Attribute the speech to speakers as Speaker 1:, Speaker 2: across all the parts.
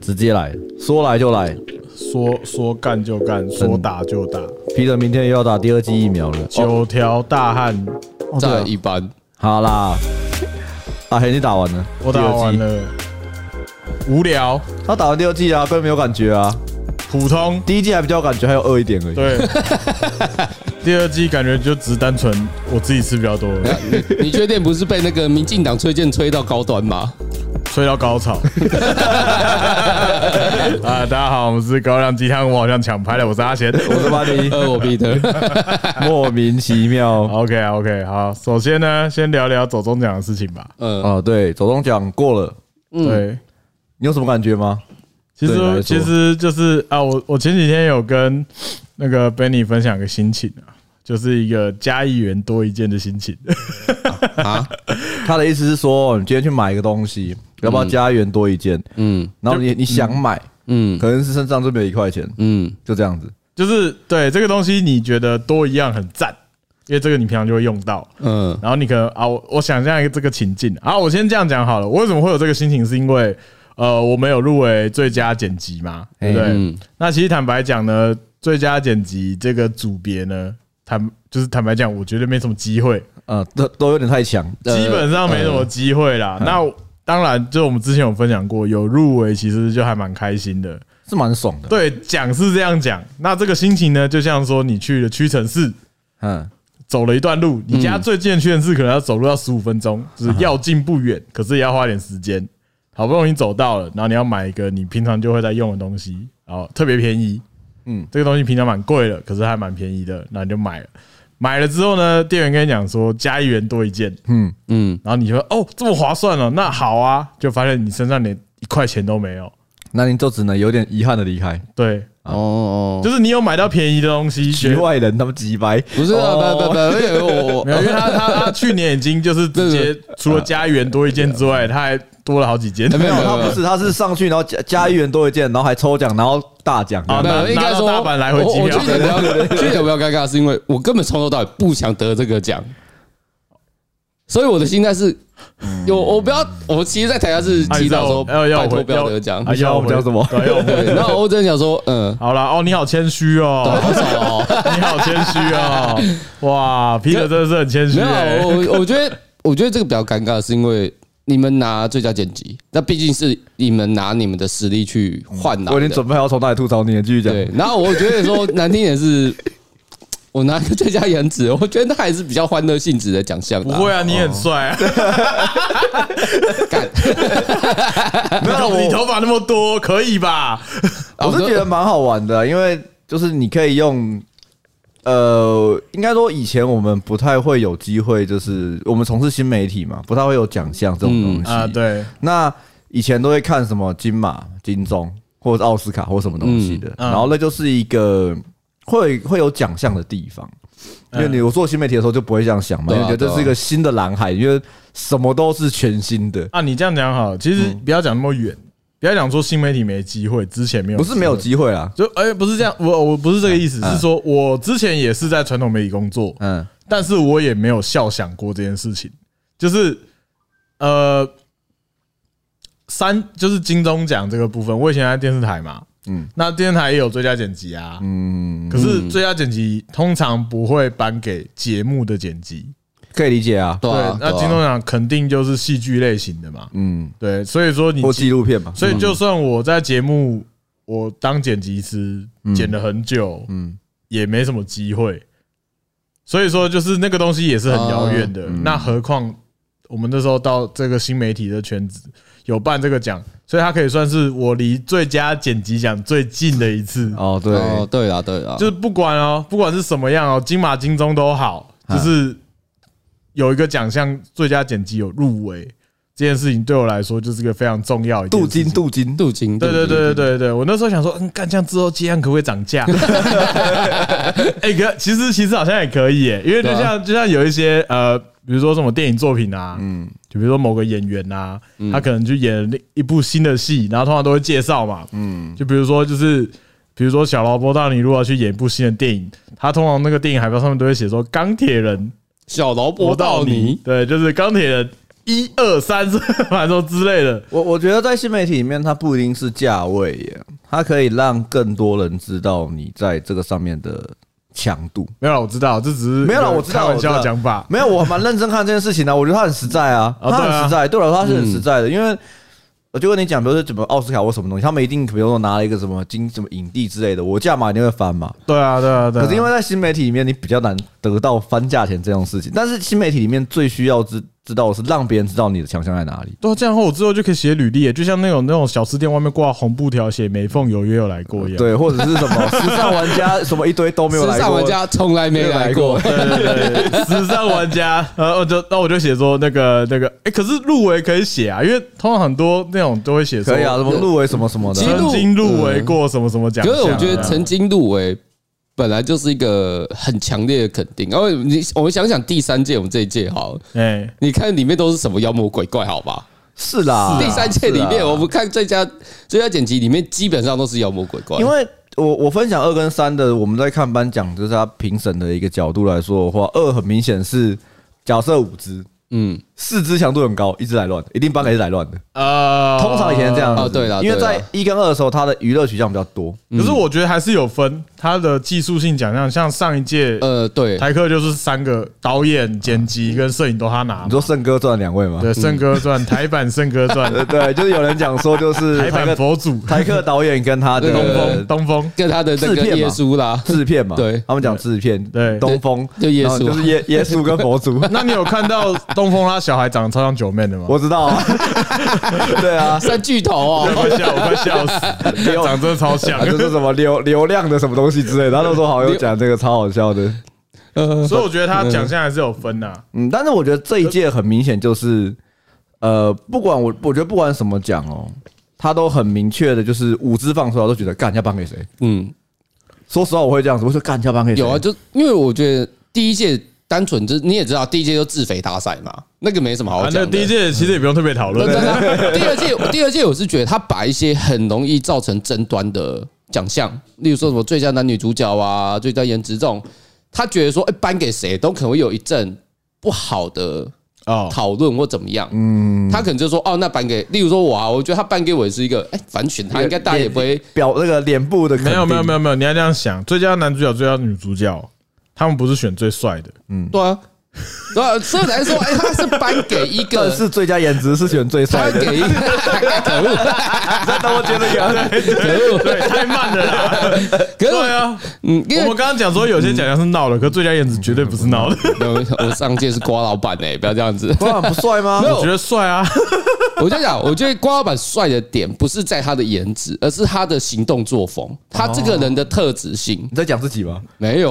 Speaker 1: 直接来，说来就来。
Speaker 2: 说说干就
Speaker 3: 嗯
Speaker 2: 干，说打就打。
Speaker 3: 哦
Speaker 1: Peter 明天又要打第二剂疫苗了，哦
Speaker 2: 九条大汉，
Speaker 4: 哦对啊
Speaker 3: 在一般，
Speaker 1: 好啦，阿黑你打完了，
Speaker 2: 我打完了，无聊，
Speaker 1: 他打完第二剂啊，根本没有感觉啊，
Speaker 2: 普通。
Speaker 1: 第一剂还比较有感觉，还有饿一点而已。
Speaker 2: 对， 第二季感觉就只是单纯我自己吃比较多，
Speaker 3: 你确定不是被那个民进党推荐吹到高 端吗？
Speaker 2: 吹到高潮。 啊，大家好，我们是高亮鸡汤，我好像抢拍了，我是阿 贤。
Speaker 1: 我他妈的
Speaker 3: 呃，我彼得，
Speaker 1: 莫名其妙。
Speaker 2: OK 啊 OK，好，首先呢，先聊聊走中奖的事情吧。
Speaker 3: 嗯，
Speaker 1: 哦，对，左中奖过了，
Speaker 2: 对，
Speaker 1: 你有什么感觉吗？
Speaker 2: 其
Speaker 1: 对你来
Speaker 2: 实
Speaker 1: 说
Speaker 2: 其实就是啊，我我前几天有跟那个 Benny 分享一个心情啊，就是一个加一元多一件的心情。
Speaker 1: 他的意思是说，你今天去买一个东西，要不要加一元多一件？
Speaker 3: 嗯
Speaker 1: 然后你你想买，
Speaker 3: 嗯
Speaker 1: 可能是身上就没有一块钱，
Speaker 3: 嗯，
Speaker 1: 就这样子。
Speaker 2: 就是对这个东西，你觉得多一样很赞，因为这个你平常就会用到。
Speaker 3: 嗯，
Speaker 2: 然后你可能啊，我我想象一个这个情境啊，我先这样讲好了。我为什么会有这个心情？是因为呃，我们有入围最佳剪辑嘛，对不对？
Speaker 3: 嗯
Speaker 2: 那其实坦白讲呢，最佳剪辑这个组别呢，坦就是坦白讲，我觉得没什么机会，
Speaker 1: 呃，都都有点太强。
Speaker 3: 呃
Speaker 2: 基本上没什么机会啦。那当然，就我们之前有分享过，有入围其实就还蛮开心的。
Speaker 1: 是蛮爽的。
Speaker 2: 对，讲是这样讲，那这个心情呢，就像说你去了屈臣氏，
Speaker 1: 嗯，
Speaker 2: 走了一段路，你家最近的屈臣氏可能要走路要十五分钟，就是要近不远，可是也要花点时间。好不容易走到了，然后你要买一个你平常就会在用的东西，然后特别便宜。嗯
Speaker 1: 嗯，
Speaker 2: 这个东西平常蛮贵的，可是还蛮便宜的，那你就买了。买了之后呢，店员跟你讲说加一元多一件，
Speaker 3: 嗯，
Speaker 2: 然后你就说哦这么划算哦，那好啊，就发现你身上连一块钱都没有。
Speaker 1: 那你就只能有点遗憾的离开。
Speaker 2: 对，
Speaker 3: 哦哦，
Speaker 2: 就是你有买到便宜的东西，
Speaker 1: 局外人他们几白，
Speaker 3: 不是啊，
Speaker 1: 哦
Speaker 2: 哦
Speaker 3: 不不不，因为我
Speaker 2: 没有，因为他他他去年已经就是直接除了加一元多一件之外，他还多了好几件。
Speaker 3: 没有
Speaker 1: 没有他不是，他是上去然后加加一元多一件，然后还抽奖，然后大奖。
Speaker 2: 啊
Speaker 3: 没
Speaker 2: 拿
Speaker 3: 有，应该说
Speaker 2: 拿到大阪来回机
Speaker 3: 我我
Speaker 2: 票
Speaker 3: 去年比 较去年比较尴尬，是因为我根本从头到尾不想得这个奖，所以我的心态是，有我不要，我其实，在台下是
Speaker 2: 啊
Speaker 3: 祈祷说，
Speaker 2: 要要哎
Speaker 3: 拜托不要得奖
Speaker 2: 啊。
Speaker 1: 你想要我们讲什么
Speaker 2: 对，要我
Speaker 3: 对，
Speaker 2: 们
Speaker 3: 然后我真的想说，嗯，
Speaker 2: 好了哦，你好谦虚哦，
Speaker 3: 好少哦，
Speaker 2: 你好谦虚哦，哇，皮特真的是很谦虚
Speaker 3: 没有
Speaker 2: 欸，
Speaker 3: 啊，我我觉得我觉得这个比较尴尬，是因为你们拿最佳剪辑，那毕竟是你们拿你们的实力去
Speaker 2: 嗯
Speaker 3: 换拿
Speaker 1: 我已经
Speaker 3: 的，
Speaker 1: 准备好要从哪里吐槽你了，继续讲。
Speaker 3: 对，然后我觉得 说难听点是。我拿个最佳颜值，我觉得那还是比较欢乐性质的奖项
Speaker 2: 不
Speaker 3: 的啊。
Speaker 2: 会啊，你很帅啊，
Speaker 3: 干，
Speaker 1: 没 有
Speaker 2: 你
Speaker 1: 我
Speaker 2: 头发那么多，可以吧？
Speaker 1: 我是觉得蛮好玩的，因为就是你可以用，呃，应该说以前我们不太会有机会，就是我们从事新媒体嘛，不太会有奖项这
Speaker 3: 嗯
Speaker 1: 种东西
Speaker 2: 啊，。对，
Speaker 1: 那以前都会看什么金马、金钟或者是奥斯卡或什么东西的，
Speaker 2: 嗯
Speaker 1: 然后那就是一个会会有奖项的地方。因为你我做新媒体的时候就不会这样想嘛，
Speaker 3: 对
Speaker 1: 因
Speaker 3: 啊
Speaker 1: 为觉得这是一个新的蓝海，因为什么都是全新的，
Speaker 2: 啊，你这样讲好，其
Speaker 3: 嗯
Speaker 2: 实不要讲那么远，不要讲说新媒体没机会，之前没有，
Speaker 1: 不是没有机会啊。
Speaker 2: 就哎、不是这样，我我不是这个意思，
Speaker 1: 嗯
Speaker 2: 是说我之前也是在传统媒体工作，
Speaker 1: 嗯，
Speaker 2: 但是我也没有笑想过这件事情，就是呃，三就是金钟奖这个部分，我以前在电视台嘛，嗯
Speaker 1: 嗯，
Speaker 2: 那电视台也有最佳剪辑啊，嗯，可是最佳剪辑通常不会颁给节目的剪辑，
Speaker 1: 可以理解啊。
Speaker 3: 对啊，
Speaker 2: 那
Speaker 3: 对啊
Speaker 2: 金钟奖肯定就是戏剧类型的嘛，
Speaker 1: 嗯，
Speaker 2: 对，所以说你
Speaker 1: 或纪录片嘛。
Speaker 2: 所以就算我在节目我当剪辑师剪了很久，嗯
Speaker 1: 嗯，
Speaker 2: 也没什么机会。所以说，就是那个东西也是很遥远
Speaker 1: 啊
Speaker 2: 的。
Speaker 1: 嗯
Speaker 2: 那何况我们那时候到这个新媒体的圈子有办这个奖，所以它可以算是我离最佳剪辑奖最近的一次。
Speaker 1: 哦，对，
Speaker 3: 哦，对啦，对
Speaker 1: 啊
Speaker 3: 啦，
Speaker 2: 就是不管哦，不管是什么样哦，金马、金钟都好，
Speaker 1: 啊
Speaker 2: 就是有一个奖项最佳剪辑有入围这件事情，对我来说就是一个非常重要的一件
Speaker 1: 镀
Speaker 2: 事情。
Speaker 1: 金，镀金，
Speaker 3: 镀金，
Speaker 2: 对对
Speaker 3: 镀金
Speaker 2: 对对，对对，我那时候想说，嗯，干这样之后接案可不可以涨价？ 哎，可其实其实好像也可以耶，因为就
Speaker 1: 啊
Speaker 2: 像就像有一些呃，比如说什么电影作品啊，嗯，就比如说某个演员啊，
Speaker 1: 嗯
Speaker 2: 他可能去演了一部新的戏，然后通常都会介绍嘛，嗯，就比如说就是。比如说小劳勃·道尼如果要去演一部新的电影，他通常那个电影海报上面都会写说“钢铁人
Speaker 3: 小劳勃
Speaker 2: 搏
Speaker 3: 到
Speaker 2: 到
Speaker 3: 你
Speaker 2: 你”，，对，就是钢铁人一二三四， 反正之类的。
Speaker 1: 我我觉得在新媒体里面，它不一定是价位耶，它可以让更多人知道你在这个上面的强度。
Speaker 2: 没有啦，我知道，这只是
Speaker 1: 没有啦
Speaker 2: 一个
Speaker 1: 我知道
Speaker 2: 开玩笑
Speaker 1: 我
Speaker 2: 的
Speaker 1: 知道
Speaker 2: 讲法。
Speaker 1: 没有，我蛮认真看这件事情的、我觉得他很实在啊，
Speaker 2: 哦
Speaker 1: 他
Speaker 2: 对啊
Speaker 1: 很实在。对我来说，他是很实
Speaker 3: 嗯
Speaker 1: 在的，因为我就跟你讲，比如说怎么奥斯卡或什么东西，他们一定比如说拿了一个什么金什么影帝之类的，我价码一定会翻嘛。
Speaker 2: 对啊，对啊，对啊。
Speaker 1: 可是因为在新媒体里面，你比较难得到翻价钱这种事情。但是新媒体里面最需要知知道的是让别人知道你的强项在哪里。
Speaker 2: 对啊，这样后我之后就可以写履历耶，就像那种那种小吃店外面挂红布条写“美凤有约有来过”一样。
Speaker 1: 对，或者是什么时尚玩家什么一堆都没有
Speaker 3: 时
Speaker 1: 来
Speaker 3: 尚
Speaker 1: 过
Speaker 3: 玩，家从来没来过，
Speaker 2: 对对对，时尚玩家，呃，我就那我就写说那个那个，哎，可是入围可以写啊，因为通常很多那种都会写说
Speaker 1: 可以啊，什么嗯入围什么什么
Speaker 3: 其实
Speaker 1: 的，
Speaker 2: 曾经入围过什么什么奖
Speaker 3: 可
Speaker 2: 项。啊
Speaker 3: 是我觉得曾
Speaker 2: 这样
Speaker 3: 经入围本来就是一个很强烈的肯定，然后你我们想想第三届我们这一届好了，
Speaker 2: 哎，
Speaker 3: 你看里面都是什么妖魔鬼怪，好吧？
Speaker 1: 是啦。
Speaker 3: 第三届里
Speaker 1: 啊是
Speaker 3: 面，
Speaker 1: 啦
Speaker 3: 我们看最佳最佳剪辑里面，基本上都是妖魔鬼怪。
Speaker 1: 因为我我分享二跟三的，我们在看颁奖，就是他评审的一个角度来说的话，二很明显是假设五支，
Speaker 3: 嗯，
Speaker 1: 四支强度很高，一支来乱，一定颁给一支来乱的。
Speaker 2: 呃，
Speaker 1: 通常以前是这样子
Speaker 3: 哦对啦
Speaker 1: 因为
Speaker 3: 对啦
Speaker 1: 在一跟二的时候，它的娱乐取向比较多。
Speaker 2: 可是我觉得还是有分，它的技术性奖项，像上一届
Speaker 3: 呃，对，
Speaker 2: 台客就是三个导演、剪辑跟摄影都他拿
Speaker 1: 你，说圣哥赚两位吗？
Speaker 2: 对《圣歌 传》台版《圣歌传》
Speaker 1: 对对，就是有人讲说，就是 台
Speaker 2: 台版
Speaker 1: 克
Speaker 2: 佛祖
Speaker 1: 台克导演跟他
Speaker 3: 对
Speaker 2: 东
Speaker 1: 的
Speaker 2: 风东风，
Speaker 3: 跟他的那
Speaker 1: 制片
Speaker 3: 个
Speaker 1: 嘛
Speaker 3: 耶 稣啦，
Speaker 1: 制片嘛，
Speaker 3: 对
Speaker 1: 他们讲制片，
Speaker 2: 对，
Speaker 1: 东风
Speaker 3: 就耶
Speaker 1: 然后
Speaker 3: 稣
Speaker 1: 就是耶耶稣跟佛祖
Speaker 2: 那你有看到东风他小孩长得超像九妹的吗？
Speaker 1: 我知道 啊，对啊，
Speaker 3: 三巨头
Speaker 2: 我
Speaker 3: 哦，
Speaker 2: 快笑，我快笑死，
Speaker 1: 有
Speaker 2: 长真的超像
Speaker 1: 啊，。 就是什么流流量的什么东西之类的，他都说好有讲这个超好笑的。
Speaker 3: 呃
Speaker 2: 所以我觉得他奖项还是有分呐、
Speaker 1: 嗯，但是我觉得这一届很明显就是，呃，不管我我觉得不管什么奖哦，他都很明确的，就是五支放出来我都觉得干要颁给谁。
Speaker 3: 嗯，
Speaker 1: 说实话，我会这样子，我说干要颁给谁？
Speaker 3: 有啊，就因为我觉得第一届单纯就是你也知道，第一届就自肥大赛嘛，那个没什么好
Speaker 2: 啊，
Speaker 3: 讲
Speaker 2: 那
Speaker 3: 的。
Speaker 2: 第一届其实也不用特别讨
Speaker 3: 那
Speaker 2: 论
Speaker 3: 真。的啊第二届，第二届我是觉得他把一些很容易造成争端的奖项，例如说什么最佳男女主角啊、最佳颜值这种，他觉得说，哎，颁给谁都可能会有一阵不好的
Speaker 2: 哦，
Speaker 3: 讨论或怎么样，嗯，他可能就说，哦，那颁给，例如说我啊，我觉得他颁给我也是一个，哎，反选他应该大家也不会，
Speaker 1: 表那个脸部的肯
Speaker 2: 没
Speaker 1: 定
Speaker 2: 有没有没有没有，你要这样想，最佳男主角、最佳女主角，他们不是选最帅的，
Speaker 3: 对啊，对啊，所以来说，哎，他是颁给一
Speaker 1: 但
Speaker 3: 个，
Speaker 1: 是最佳颜值是选最帅
Speaker 3: 颁
Speaker 1: 的，
Speaker 3: 给一个，可恶，
Speaker 1: 但我觉得有
Speaker 3: 可恶，
Speaker 2: 对，太慢了啦。
Speaker 3: 可
Speaker 2: 对
Speaker 3: 恶，
Speaker 2: 啊，
Speaker 3: 嗯，因
Speaker 2: 我
Speaker 3: 为
Speaker 2: 们刚刚讲说有些奖项是闹的，可最佳颜值绝对不是闹的。
Speaker 3: 我我上届是瓜老板哎，不要这样子。
Speaker 1: 不然不帅吗？
Speaker 3: 没有
Speaker 2: 我觉得帅啊，
Speaker 3: 我就讲，我觉得瓜老板帅的点不是在他的颜值，而是他的行动作风，他这个人的特质性
Speaker 1: 你在讲自己吗？
Speaker 3: 没有。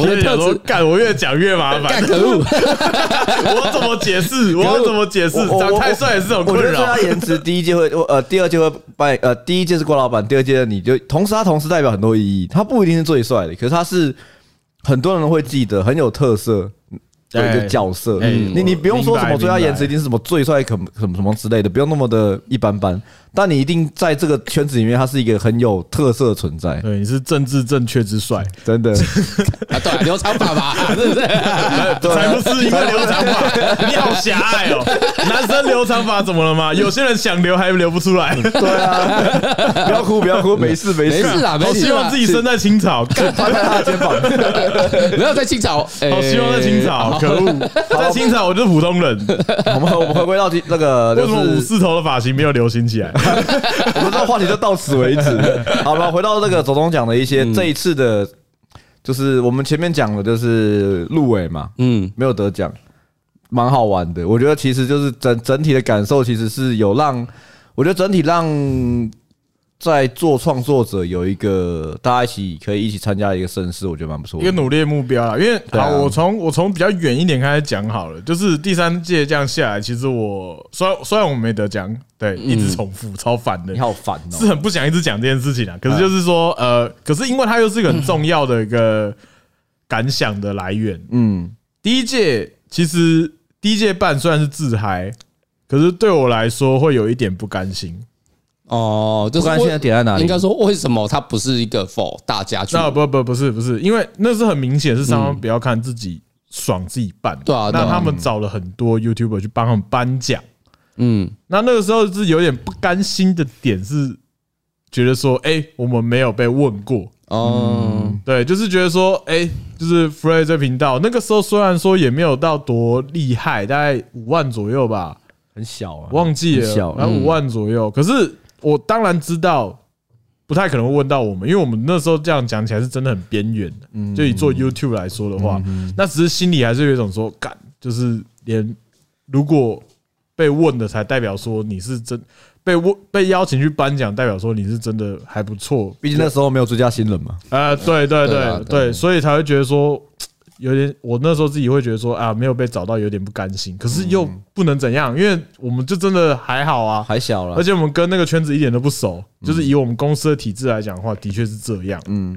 Speaker 2: 我
Speaker 3: 的
Speaker 2: 想
Speaker 3: 特
Speaker 2: 说
Speaker 3: 质，
Speaker 2: 干，我越讲越麻烦
Speaker 3: 干。可恶，
Speaker 2: 我怎么解释？我要怎么解释？
Speaker 1: 我我
Speaker 2: 长太帅也是种
Speaker 1: 我觉
Speaker 2: 困
Speaker 1: 得最
Speaker 2: 扰
Speaker 1: 佳。颜值第一届会，呃，第二届会拜，呃，第一届是郭老板，第二届的你就，同时他同时代表很多意义，他不一定是最帅的，可是他是很多人会记得很有特色的一个
Speaker 2: 哎
Speaker 1: 角色。
Speaker 2: 哎
Speaker 1: 你你不用说什么
Speaker 2: 明白
Speaker 1: 最佳颜值
Speaker 2: 明白
Speaker 1: 一定是什么最帅可什么什么之类的，不用那么的一般般，但你一定在这个圈子里面，他是一个很有特色的存在，
Speaker 2: 对，你是政治正确之帅，
Speaker 1: 真 的。
Speaker 3: 啊，对啊，留长发吧，是不是？
Speaker 1: 对啊
Speaker 2: 才不是因为留长发，你好狭隘哦！男生留长发怎么了吗？有些人想留还留不出来，
Speaker 1: 对啊， 不要哭，不要哭，没事没
Speaker 3: 没
Speaker 1: 事，
Speaker 3: 事啦，
Speaker 2: 好
Speaker 3: 没事
Speaker 2: 希望
Speaker 3: 啦
Speaker 2: 自，己生在清朝，干
Speaker 1: 拍拍他的肩膀。
Speaker 3: 没有在清朝，哎
Speaker 2: 好
Speaker 3: 好
Speaker 2: 哦希望在清朝，可恶，在清朝我就是普通人，
Speaker 1: 我们我们回归到那个，
Speaker 2: 为
Speaker 1: 就是
Speaker 2: 什么武士头的发型没有流行起来？
Speaker 1: 我们这个话题就到此为止。好了，回到这个左总讲的一些这一次的，就是我们前面讲的，就是入围嘛，
Speaker 3: 嗯，
Speaker 1: 没有得奖，蛮好玩的。我觉得其实就是整整体的感受，其实是有让我觉得整体让在做创作者有一个大家一起可以一起参加的一个盛事，我觉得蛮不错
Speaker 2: 一个
Speaker 1: 的。
Speaker 2: 努力的目标啦。因为
Speaker 1: 对啊
Speaker 2: 好，我从我从比较远一点开始讲好了，就是第三届这样下来，其实我虽然虽然我没得奖，对，一直重复，超烦的
Speaker 1: 你。好烦
Speaker 2: 是
Speaker 1: 哦，
Speaker 2: 很不想一直讲这件事情啊，可是就是说，呃，可是因为它又是一个很重要的一个感想的来源。
Speaker 1: 嗯，
Speaker 2: 第一届其实第一届办虽然是自嗨，可是对我来说会有一点不甘心。
Speaker 3: 哦，就
Speaker 1: 不
Speaker 3: 是
Speaker 1: 管现在
Speaker 3: 为
Speaker 1: 点在哪里，
Speaker 3: 应该说为什么他不是一个 for 大家去
Speaker 2: 那不不不是不是，因为那是很明显是双方不要看自己爽自己办的，
Speaker 3: 对啊对啊
Speaker 2: 那他们找了很多 YouTuber 去帮他们颁奖，
Speaker 3: 嗯，
Speaker 2: 那那个时候是有点不甘心的点是，觉得说，哎、我们没有被问过，
Speaker 3: 哦，
Speaker 2: 对，就是觉得说，哎、就是 Free 这频道那个时候虽然说也没有到多厉害，大概五万左右吧，
Speaker 1: 很小啊，
Speaker 2: 忘记
Speaker 1: 很
Speaker 2: 了
Speaker 1: 小，嗯
Speaker 2: 然后五万左右。可是我当然知道，不太可能会问到我们，因为我们那时候这样讲起来是真的很边缘
Speaker 1: 嗯
Speaker 2: 的。就以做 YouTube 来说的话，那只是心里还是有一种说，干，就是连如果被问的才代表说你是真被问被邀请去颁奖，代表说你是真的还不错，
Speaker 1: 毕竟那时候没有追加新人嘛。
Speaker 2: 呃，对对
Speaker 3: 对啦
Speaker 2: 对
Speaker 3: 对
Speaker 2: 对，所以才会觉得说有点，我那时候自己会觉得说啊，没有被找到有点不甘心，可是又
Speaker 3: 嗯
Speaker 2: 不能怎样，因为我们就真的还好啊，
Speaker 1: 还小了
Speaker 2: 而，且我们跟那个圈子一点都不熟，
Speaker 3: 嗯
Speaker 2: 就是以我们公司的体制来讲的话，的确是这样。
Speaker 1: 嗯，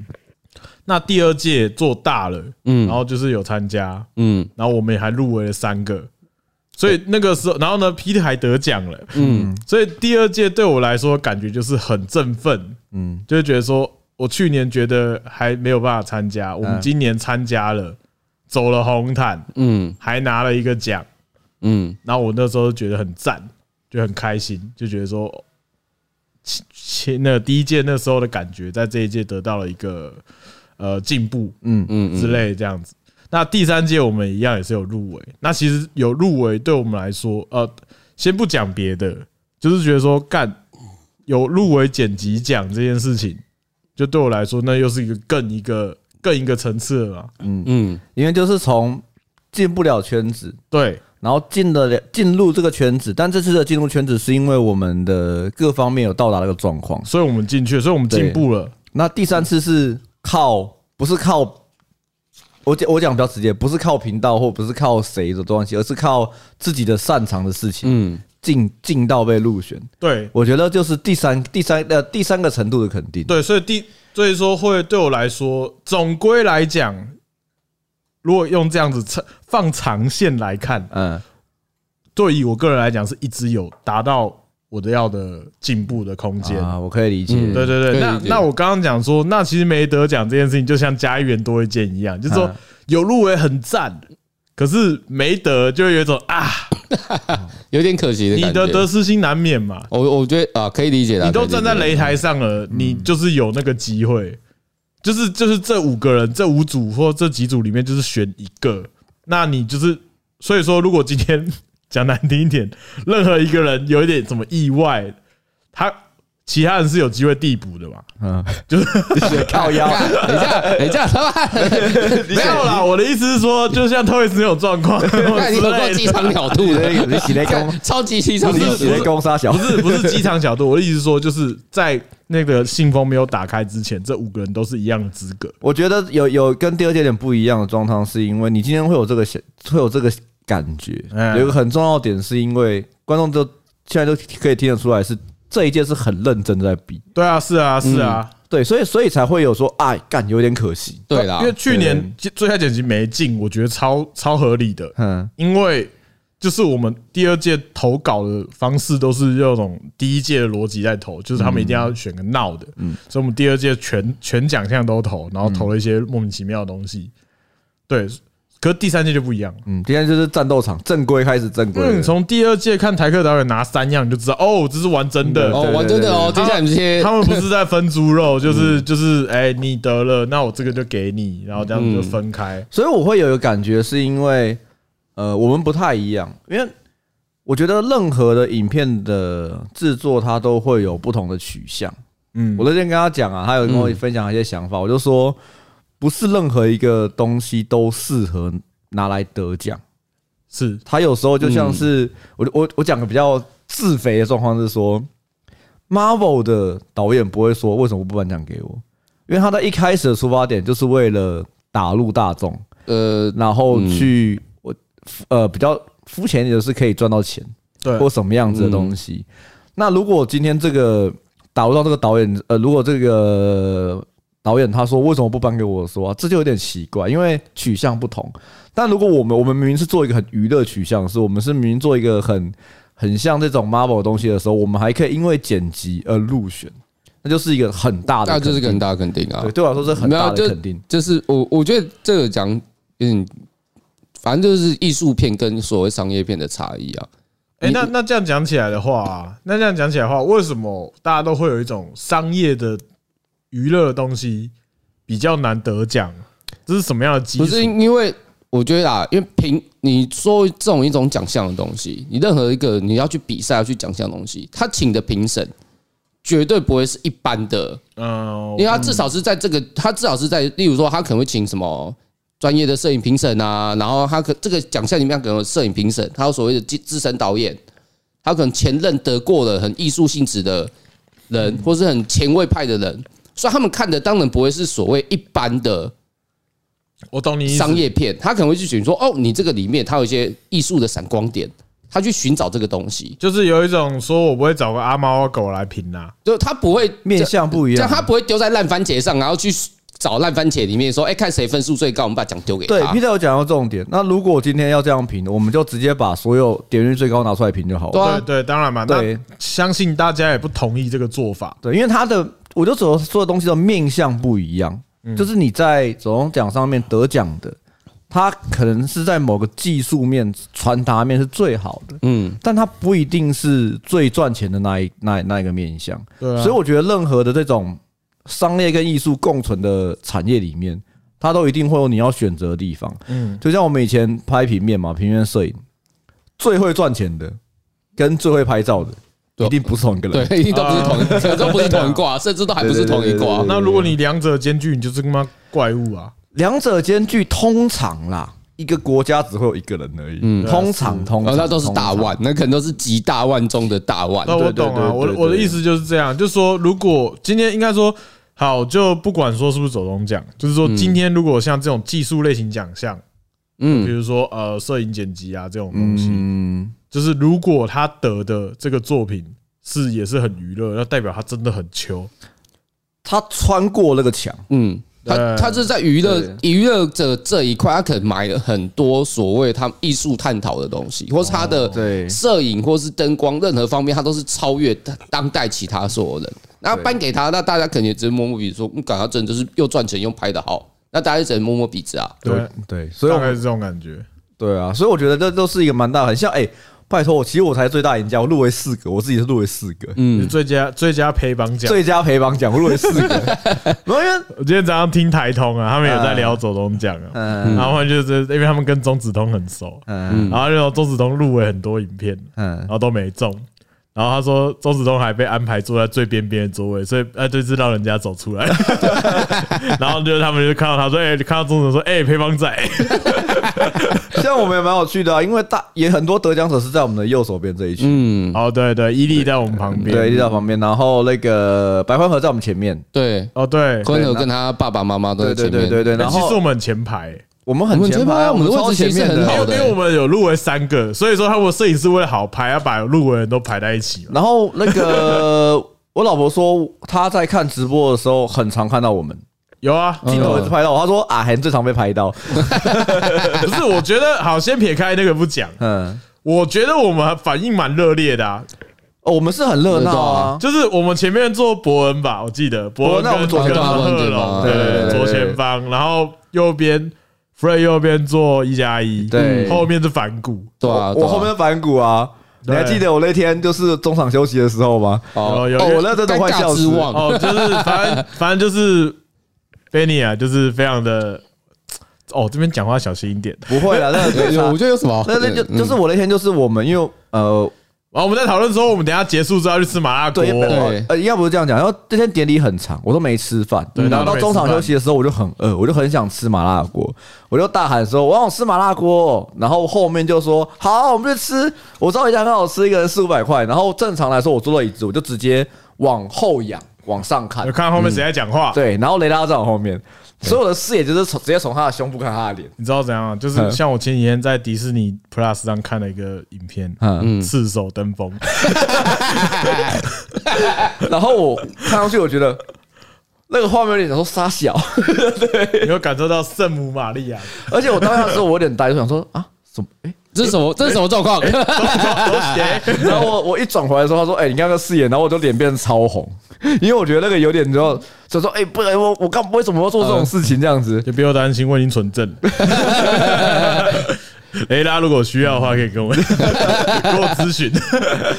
Speaker 2: 那第二届做大了，
Speaker 3: 嗯
Speaker 2: 然后就是有参加，
Speaker 3: 嗯
Speaker 2: 然后我们也还入围了三个。所以那个时候，然后呢，Peter 还得奖了，
Speaker 3: 嗯，
Speaker 2: 所以第二届对我来说感觉就是很振奋，
Speaker 1: 嗯，
Speaker 2: 就会觉得说，我去年觉得还没有办法参加，我们今年参加了，走了红毯，
Speaker 3: 嗯
Speaker 2: 还拿了一个奖，
Speaker 3: 嗯，
Speaker 2: 然后我那时候觉得很赞，就很开心，就觉得说，前前那第一届那时候的感觉，在这一届得到了一个呃进步，
Speaker 1: 嗯
Speaker 2: 嗯之类这样子。那第三届我们一样也是有入围，那其实有入围对我们来说，呃，先不讲别的，就是觉得说干有入围剪辑奖这件事情，就对我来说，那又是一个更一个更一个层次了嘛。
Speaker 3: 嗯
Speaker 1: 因为就是从进不了圈子，
Speaker 2: 对，
Speaker 1: 然后进了进入这个圈子，但这次的进入圈子是因为我们的各方面有到达那个状况。
Speaker 2: 所以我们进去，所以我们进步了。
Speaker 1: 那第三次是靠不是靠我讲我讲比较直接，不是靠频道或不是靠谁的东西，而是靠自己的擅长的事情
Speaker 3: 嗯
Speaker 1: 进进到被入选。
Speaker 2: 对
Speaker 1: 我觉得就是第三第三呃第三个程度的肯定。
Speaker 2: 对，所以第所以说会对我来说，总归来讲，如果用这样子长放长线来看，
Speaker 1: 嗯，
Speaker 2: 对于我个人来讲，是一直有达到我的要的进步的空间。
Speaker 1: 啊，我可以理解。
Speaker 3: 嗯
Speaker 2: 对对
Speaker 3: 可以
Speaker 2: 对，那
Speaker 3: 理解
Speaker 2: 那我刚刚讲说，那其实没得奖这件事情，就像加一元多一件一样，就是说
Speaker 1: 啊
Speaker 2: 有入围很赞，可是没得就会有一种啊，
Speaker 3: 有点可惜的
Speaker 2: 你
Speaker 3: 感
Speaker 2: 的得
Speaker 3: 觉。
Speaker 2: 失心难免嘛。
Speaker 3: 我我觉得啊，可以理解的。
Speaker 2: 你都
Speaker 3: 可以理解
Speaker 2: 站在擂台上了，你就是有那个机会，就是就是这五个人，这五组或这几组里面，就是选一个，那你就是所以说，如果今天讲难听一点，任何一个人有一点什么意外，他其他人是有机会递补的 嘛？
Speaker 1: 嗯，
Speaker 3: 靠腰，等一下，等一下，他妈的，
Speaker 2: 没有啦，我的意思是说，就像 Toys 那种状 况之
Speaker 3: 那你有做
Speaker 2: 类
Speaker 3: 鸡
Speaker 2: 的，
Speaker 3: 场鸟吐
Speaker 1: 你
Speaker 3: 的
Speaker 1: 那个你洗内
Speaker 3: 干
Speaker 1: 功，
Speaker 3: 超级鸡场
Speaker 1: 你
Speaker 3: 鸟
Speaker 2: 不
Speaker 3: 吐
Speaker 2: 是
Speaker 1: 洗内功杀小
Speaker 2: 不，是不是机场小度，我的意思是说，就是在那个信封没有打开之前，这五个人都是一样的资格。
Speaker 1: 我觉得有有跟第二节有点不一样的状况，是因为你今天会有这个想会有这个感觉，
Speaker 2: 嗯
Speaker 1: 有一个很重要的点，是因为观众都现在都可以听得出来，是这一届是很认真在比，
Speaker 2: 对啊，是啊，是啊。
Speaker 1: 对，所以所以才会有说，哎，干有点可惜，
Speaker 3: 对啦
Speaker 2: 因，为去年最佳剪辑没进，我觉得超超合理的，
Speaker 1: 嗯
Speaker 2: 因为就是我们第二届投稿的方式都是这种第一届的逻辑在投，就是他们一定
Speaker 3: 嗯
Speaker 2: 要选个闹的，所以我们第二届全全奖项都投，然后投了一些莫名其妙的东西，对，可是第三届就不一样了。
Speaker 1: 嗯，今天就是战斗场正规开始正规
Speaker 2: 嗯，
Speaker 1: 了，
Speaker 2: 从第二届看台客导演拿三样，你就知道哦，这是玩真的。
Speaker 3: 哦，
Speaker 1: 对
Speaker 3: 玩真的哦，接
Speaker 2: 对对
Speaker 3: 下来你们这些
Speaker 2: 他们不是在分猪肉，就是
Speaker 3: 嗯
Speaker 2: 就是，哎，你得了，那我这个就给你，然后这样子就分开。
Speaker 1: 所以我会有一个感觉，是因为呃，我们不太一样，因为我觉得任何的影片的制作，它都会有不同的取向。
Speaker 2: 嗯，
Speaker 1: 我那天跟他讲啊，他有跟我分享一些想法，我就说，不是任何一个东西都适合拿来得奖。
Speaker 2: 是
Speaker 1: 他有时候就像是我我我讲个比较自肥的状况是说，Marvel 的导演不会说为什么不颁奖给我，因为他在一开始的出发点就是为了打入大众，
Speaker 3: 呃，
Speaker 1: 然后去我呃比较肤浅一点的是可以赚到钱
Speaker 2: 对，
Speaker 1: 或什么样子的东西。嗯那如果今天这个打入到这个导演呃，如果这个导演他说为什么不颁给我说、啊，这就有点奇怪，因为取向不同。但如果我们我们明明是做一个很娱乐取向，是我们是明明做一个很很像这种 Marvel 的东西的时候，我们还可以因为剪辑而入选，那就是一个很大的
Speaker 3: 那
Speaker 1: 肯定，
Speaker 3: 就是个很大的肯定啊
Speaker 1: 对，对我来说是很
Speaker 3: 没有
Speaker 1: 大
Speaker 3: 就
Speaker 1: 的肯定。
Speaker 3: 就是我我觉得这个讲有点反正就是艺术片跟所谓商业片的差异啊。
Speaker 2: 哎、那那这样讲起来的话、啊那这样讲起来的话，为什么大家都会有一种商业的娱乐的东西比较难得奖？这是什么样的基础？
Speaker 3: 不是因为我觉得啊，因为评你说这种一种奖项的东西，你任何一个你要去比赛要去奖项的东西，他请的评审绝对不会是一般的，
Speaker 2: 嗯，
Speaker 3: 因为他至少是在这个，他至少是在，例如说他可能会请什么。专业的摄影评审啊，然后他可这个奖项里面可能有摄影评审，还有所谓的资资深导演，还有可能前任得过的很艺术性质的人，或是很前卫派的人，所以他们看的当然不会是所谓一般的
Speaker 2: 我懂你意思
Speaker 3: 商业片，他可能会去寻说，哦，你这个里面它有一些艺术的闪光点，他去寻找这个东西，
Speaker 2: 就是有一种说我不会找个阿猫阿狗来评啊啦、
Speaker 3: 就是他不会
Speaker 1: 面向不一
Speaker 3: 这样，
Speaker 1: 样。
Speaker 3: 他不会丢在烂番茄上，然后去找烂番茄里面说，哎，看谁分数最高，我们把奖丢给
Speaker 1: 对
Speaker 3: 他。
Speaker 1: ，Peter 有讲到重点。那如果今天要这样评，我们就直接把所有点率最高拿出来评就好了
Speaker 3: 对。啊
Speaker 2: 对对，当然嘛，那
Speaker 1: 对
Speaker 2: 相信大家也不同意这个做法。
Speaker 1: 对，因为他的我就所说的东西的面向不一样，
Speaker 2: 嗯
Speaker 1: 就是你在总奖上面得奖的，他可能是在某个技术面、传达面是最好的，
Speaker 3: 嗯，
Speaker 1: 但他不一定是最赚钱的那一那那一个面向。
Speaker 2: 对啊，
Speaker 1: 所以我觉得任何的这种商业跟艺术共存的产业里面，它都一定会有你要选择的地方。
Speaker 2: 嗯，
Speaker 1: 就像我们以前拍平面嘛，平面摄影最会赚钱的跟最会拍照的，
Speaker 3: 对
Speaker 2: 啊
Speaker 1: 一定不是同一个人。
Speaker 3: 对，一定都不是 同，可能都不是同一挂，甚至都还不是同一挂。
Speaker 2: 那如果你两者兼具，你就是他妈怪物啊！
Speaker 1: 两者间距通常啦，一个国家只会有一个人而已。
Speaker 3: 嗯
Speaker 1: 通常通
Speaker 3: 然
Speaker 1: 常
Speaker 3: 后那都是大
Speaker 1: 通常
Speaker 3: 腕，那可能都是集大腕中的大腕。
Speaker 2: 那我懂啊，
Speaker 1: 对对对
Speaker 2: 我的
Speaker 1: 对对
Speaker 2: 我的意思就是这样，就是说，如果今天应该说好，就不管说是不是走中奖，就是说今天如果像这种技术类型奖项，比
Speaker 3: 嗯，
Speaker 2: 如说呃摄影剪辑啊这种东西，
Speaker 1: 嗯，
Speaker 2: 就是如果他得的这个作品是也是很娱乐，那代表他真的很秋。
Speaker 1: 他穿过那个墙，
Speaker 3: 嗯，他
Speaker 2: 对
Speaker 3: 他是在娱乐
Speaker 1: 对
Speaker 3: 娱乐者这一块，他可能买了很多所谓他们艺术探讨的东西，或是他的
Speaker 1: 哦对
Speaker 3: 摄影或是灯光任何方面，他都是超越当代其他所有人。那
Speaker 1: 对
Speaker 3: 颁给他，那大家肯定只是摸摸鼻子说，嗯，感觉真的就是又赚钱又拍的好，那大家就只能摸摸鼻子啊。
Speaker 2: 对，
Speaker 1: 对，所以
Speaker 2: 大
Speaker 1: 我
Speaker 2: 概
Speaker 1: 们
Speaker 2: 是这种感觉。
Speaker 1: 对啊，所以我觉得这都是一个蛮大的，很像哎、拜托我，其实我才最大赢家，我入围四个，我自己是入围四个，
Speaker 3: 嗯，
Speaker 2: 最佳最佳陪榜奖，
Speaker 1: 最佳陪榜奖我入围四 个，然后因为
Speaker 2: 我今天早上听台通啊，他们也在聊走中奖啊，
Speaker 1: 嗯
Speaker 2: 然后就是因为他们跟钟子通很熟，
Speaker 1: 嗯
Speaker 2: 然后就说钟子通入围很多影片，然
Speaker 1: 嗯，
Speaker 2: 后都没中。然后他说，周子通还被安排坐在最边边的座位，所以呃，就是让人家走出来。 然后就是他们就看到他说，哎、看到钟子通说，哎、陪绑仔，
Speaker 1: 像我们也蛮有趣的啊，因为大也很多得奖者是在我们的右手边这一区，
Speaker 3: 嗯，
Speaker 2: 哦，对对，伊利在我们旁边，
Speaker 1: 对，立到旁边，然后那个白欢河在我们前面，
Speaker 3: 对，
Speaker 2: 哦对，哎
Speaker 3: 坤和跟他爸爸妈妈都在
Speaker 1: 对对
Speaker 3: 前
Speaker 1: 对
Speaker 3: 面。
Speaker 1: 对对，然
Speaker 2: 其实我
Speaker 1: 后
Speaker 2: 们很前排，
Speaker 1: 我们很
Speaker 3: 我们
Speaker 1: 前
Speaker 3: 前
Speaker 1: 排
Speaker 3: 排
Speaker 1: 啊，
Speaker 3: 啊
Speaker 1: 我们
Speaker 3: 我们的
Speaker 1: 超
Speaker 3: 位置
Speaker 1: 前
Speaker 3: 其实
Speaker 1: 面的
Speaker 3: 很
Speaker 1: 啊
Speaker 2: 因为
Speaker 3: 好
Speaker 2: 因
Speaker 3: 的
Speaker 2: 为我们有入围三个，所以说他们摄影师为了好拍，要把入围人都排在一起嘛。
Speaker 1: 然后那个 我老婆说，她在看直播的时候，很常看到我们
Speaker 2: 有啊，
Speaker 1: 镜 头一直拍到我。她说啊，很最常被拍到。
Speaker 2: 不是，我觉得好，先撇开那个不讲，
Speaker 1: 嗯，
Speaker 2: 我觉得我们反应蛮热烈的啊，
Speaker 1: 哦，我们是很热闹啊。
Speaker 2: 就是我们前面做伯恩吧，我记得伯恩
Speaker 1: 哦伯恩那我们
Speaker 2: 跟
Speaker 1: 左前
Speaker 2: 跟
Speaker 1: 方
Speaker 2: 贺
Speaker 3: 对
Speaker 2: 龙，
Speaker 3: 吧
Speaker 2: 对
Speaker 1: 对
Speaker 2: 对
Speaker 1: 对
Speaker 2: 对，
Speaker 1: 对
Speaker 2: 左前方，然后右边 Frey 右边做一加一，
Speaker 1: 对啊嗯
Speaker 2: 后面是反骨，
Speaker 3: 对啊，对
Speaker 1: 我
Speaker 3: 啊
Speaker 1: 后面反骨啊，你
Speaker 2: 对
Speaker 1: 还记得我那天就是中场休息的时候吗？
Speaker 2: 有
Speaker 3: 哦
Speaker 2: 有
Speaker 1: 哦，
Speaker 2: 有
Speaker 1: 我那真的
Speaker 3: 尴
Speaker 1: 快笑
Speaker 3: 尬之
Speaker 1: 死。
Speaker 3: 望，
Speaker 2: 哦，就是反正反正就是 Benny 啊，就是非常的，哦，这边讲话小心一点。
Speaker 1: 不会啦，那个
Speaker 3: 有
Speaker 1: 没
Speaker 3: 有
Speaker 1: 差
Speaker 3: 我觉得有什么？
Speaker 1: 那那就
Speaker 3: 嗯
Speaker 1: 就是我那天就是我们，因为呃，
Speaker 2: 然后我们在讨论说，我们等一下结束之后要去吃麻辣锅
Speaker 1: 对，，
Speaker 3: 对
Speaker 1: 呃，应该不是这样讲。然后那天典礼很长，我都没吃饭。
Speaker 2: 对
Speaker 1: 然后
Speaker 2: 他都
Speaker 1: 到
Speaker 2: 没
Speaker 1: 中场
Speaker 2: 吃饭
Speaker 1: 休息的时候，我就很饿，我就很想吃麻辣锅，我就大喊说：“我想吃麻辣锅。”然后后面就说：“好，我们去吃。”我知道一家很好吃，一个人四五百块。然后正常来说，我坐到椅子，我就直接往后仰，往上看
Speaker 2: 就。看后面谁在讲话。
Speaker 1: 对，然后雷达在我后面，所有的视野就是从直接从他的胸部看他的脸。
Speaker 2: 你知道怎样啊？就是
Speaker 1: 嗯
Speaker 2: 像我前几天在迪士尼 Plus 上看了一个影片，
Speaker 1: 嗯
Speaker 2: 嗯，赤手登峰，
Speaker 1: 然后我看上去，我觉得那个画面有点想说沙小。
Speaker 2: 你会感受到圣母玛利亚，
Speaker 1: 而且我当下的时候，我有点呆，就想说啊，怎么？哎、
Speaker 3: 这是什么？这是什么状况？ 哎
Speaker 2: 都写
Speaker 1: 然后我我一转回来的时候，他说：“哎、你刚刚视野。”然后我就脸变超红， 因为我觉得那个有点，你知道，就说：“哎、不然我我
Speaker 3: 啊
Speaker 1: 干为什么要做这种事情？这样子
Speaker 2: 就不用担心，我已经纯正了。 雷拉如果需要的话，可以跟 我跟我咨询。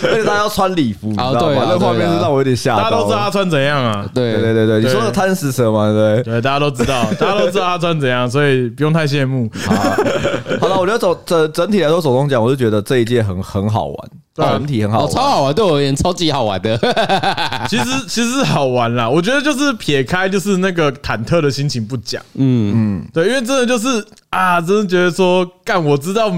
Speaker 1: 而且大家要穿礼服，你知
Speaker 3: 啊
Speaker 1: 道
Speaker 3: 对啊
Speaker 1: 吗？那画面
Speaker 3: 对啊
Speaker 1: 是让我有点吓到。
Speaker 2: 大家都知道他穿怎样啊？
Speaker 1: 对
Speaker 3: 对
Speaker 1: 对对对，你
Speaker 2: 对
Speaker 1: 说的贪食蛇嘛，对不对？
Speaker 2: 对，大家都知道，大家都知道他穿怎样，所以不用太羡慕。
Speaker 1: 好了，我觉得总整整体来说，手中奖我是觉得这一届很很好玩，整体很好
Speaker 3: 哦，超
Speaker 1: 玩。
Speaker 3: 好玩，对我而言超级好玩的。
Speaker 2: 其实其实好玩啦，我觉得就是撇开就是那个忐忑的心情不讲，嗯嗯，对，因为真的就是啊，真的觉得说干，我知道，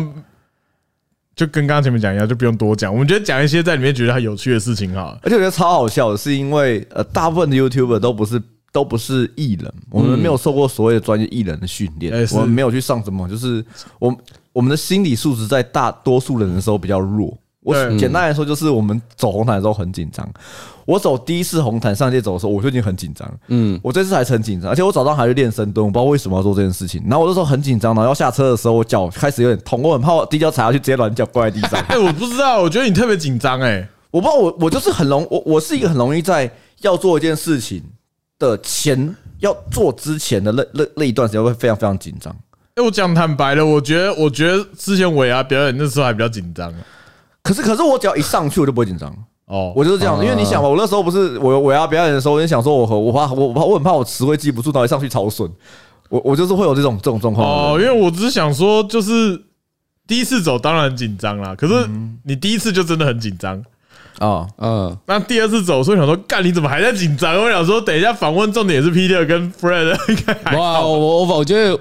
Speaker 2: 就跟刚刚前面讲一样，就不用多讲，我们觉得讲一些在里面觉得它有趣的事情好了。
Speaker 1: 而且我觉得超好笑的是，因为呃，大部分的 YouTuber 都不是都不是艺人，我们没有受过所谓的专业艺人的训练
Speaker 2: 哎，是
Speaker 1: 我们没有去上什么，就是我们我们的心理素质在大多数人的时候比较弱。我
Speaker 2: 对
Speaker 1: 简单来说，就是我们走红毯的时候很紧张。我走第一次红毯上届走的时候，我就已经很紧张。嗯，我这次还是很紧张，而且我早上还去练深蹲，我不知道为什么要做这件事情。然后我那时候很紧张，然后要下车的时候，我脚开始有点痛，我很怕我第一脚踩下去直接软脚跪在地上。
Speaker 2: 哎，我不知道，我觉得你特别紧张哎，
Speaker 1: 我不知道我我就是很容我我是一个很容易在要做一件事情的前要做之前的那那那一段时间会非常非常紧张。
Speaker 2: 哎，我讲坦白的，我觉得我觉得之前尾牙表演那时候还比较紧张啊
Speaker 1: 可是可是我只要一上去我就不会紧张，
Speaker 2: 哦，
Speaker 1: 我就是这样，因为你想嘛，我那时候不是我我要表演的时候，我就想说我和我怕我我怕我很怕我词汇记不住，然后一上去超顺，我我就是会有这种这种状况。
Speaker 2: 哦，因为我只是想说，就是第一次走当然很紧张啦，可是你第一次就真的很紧张。
Speaker 1: 啊，
Speaker 3: 嗯，
Speaker 2: 那第二次走，所以想说，干你怎么还在紧张？我想说，等一下访问重点是 Peter 跟 Fred，应该还
Speaker 3: 哇，
Speaker 2: 好。
Speaker 3: 我我我觉得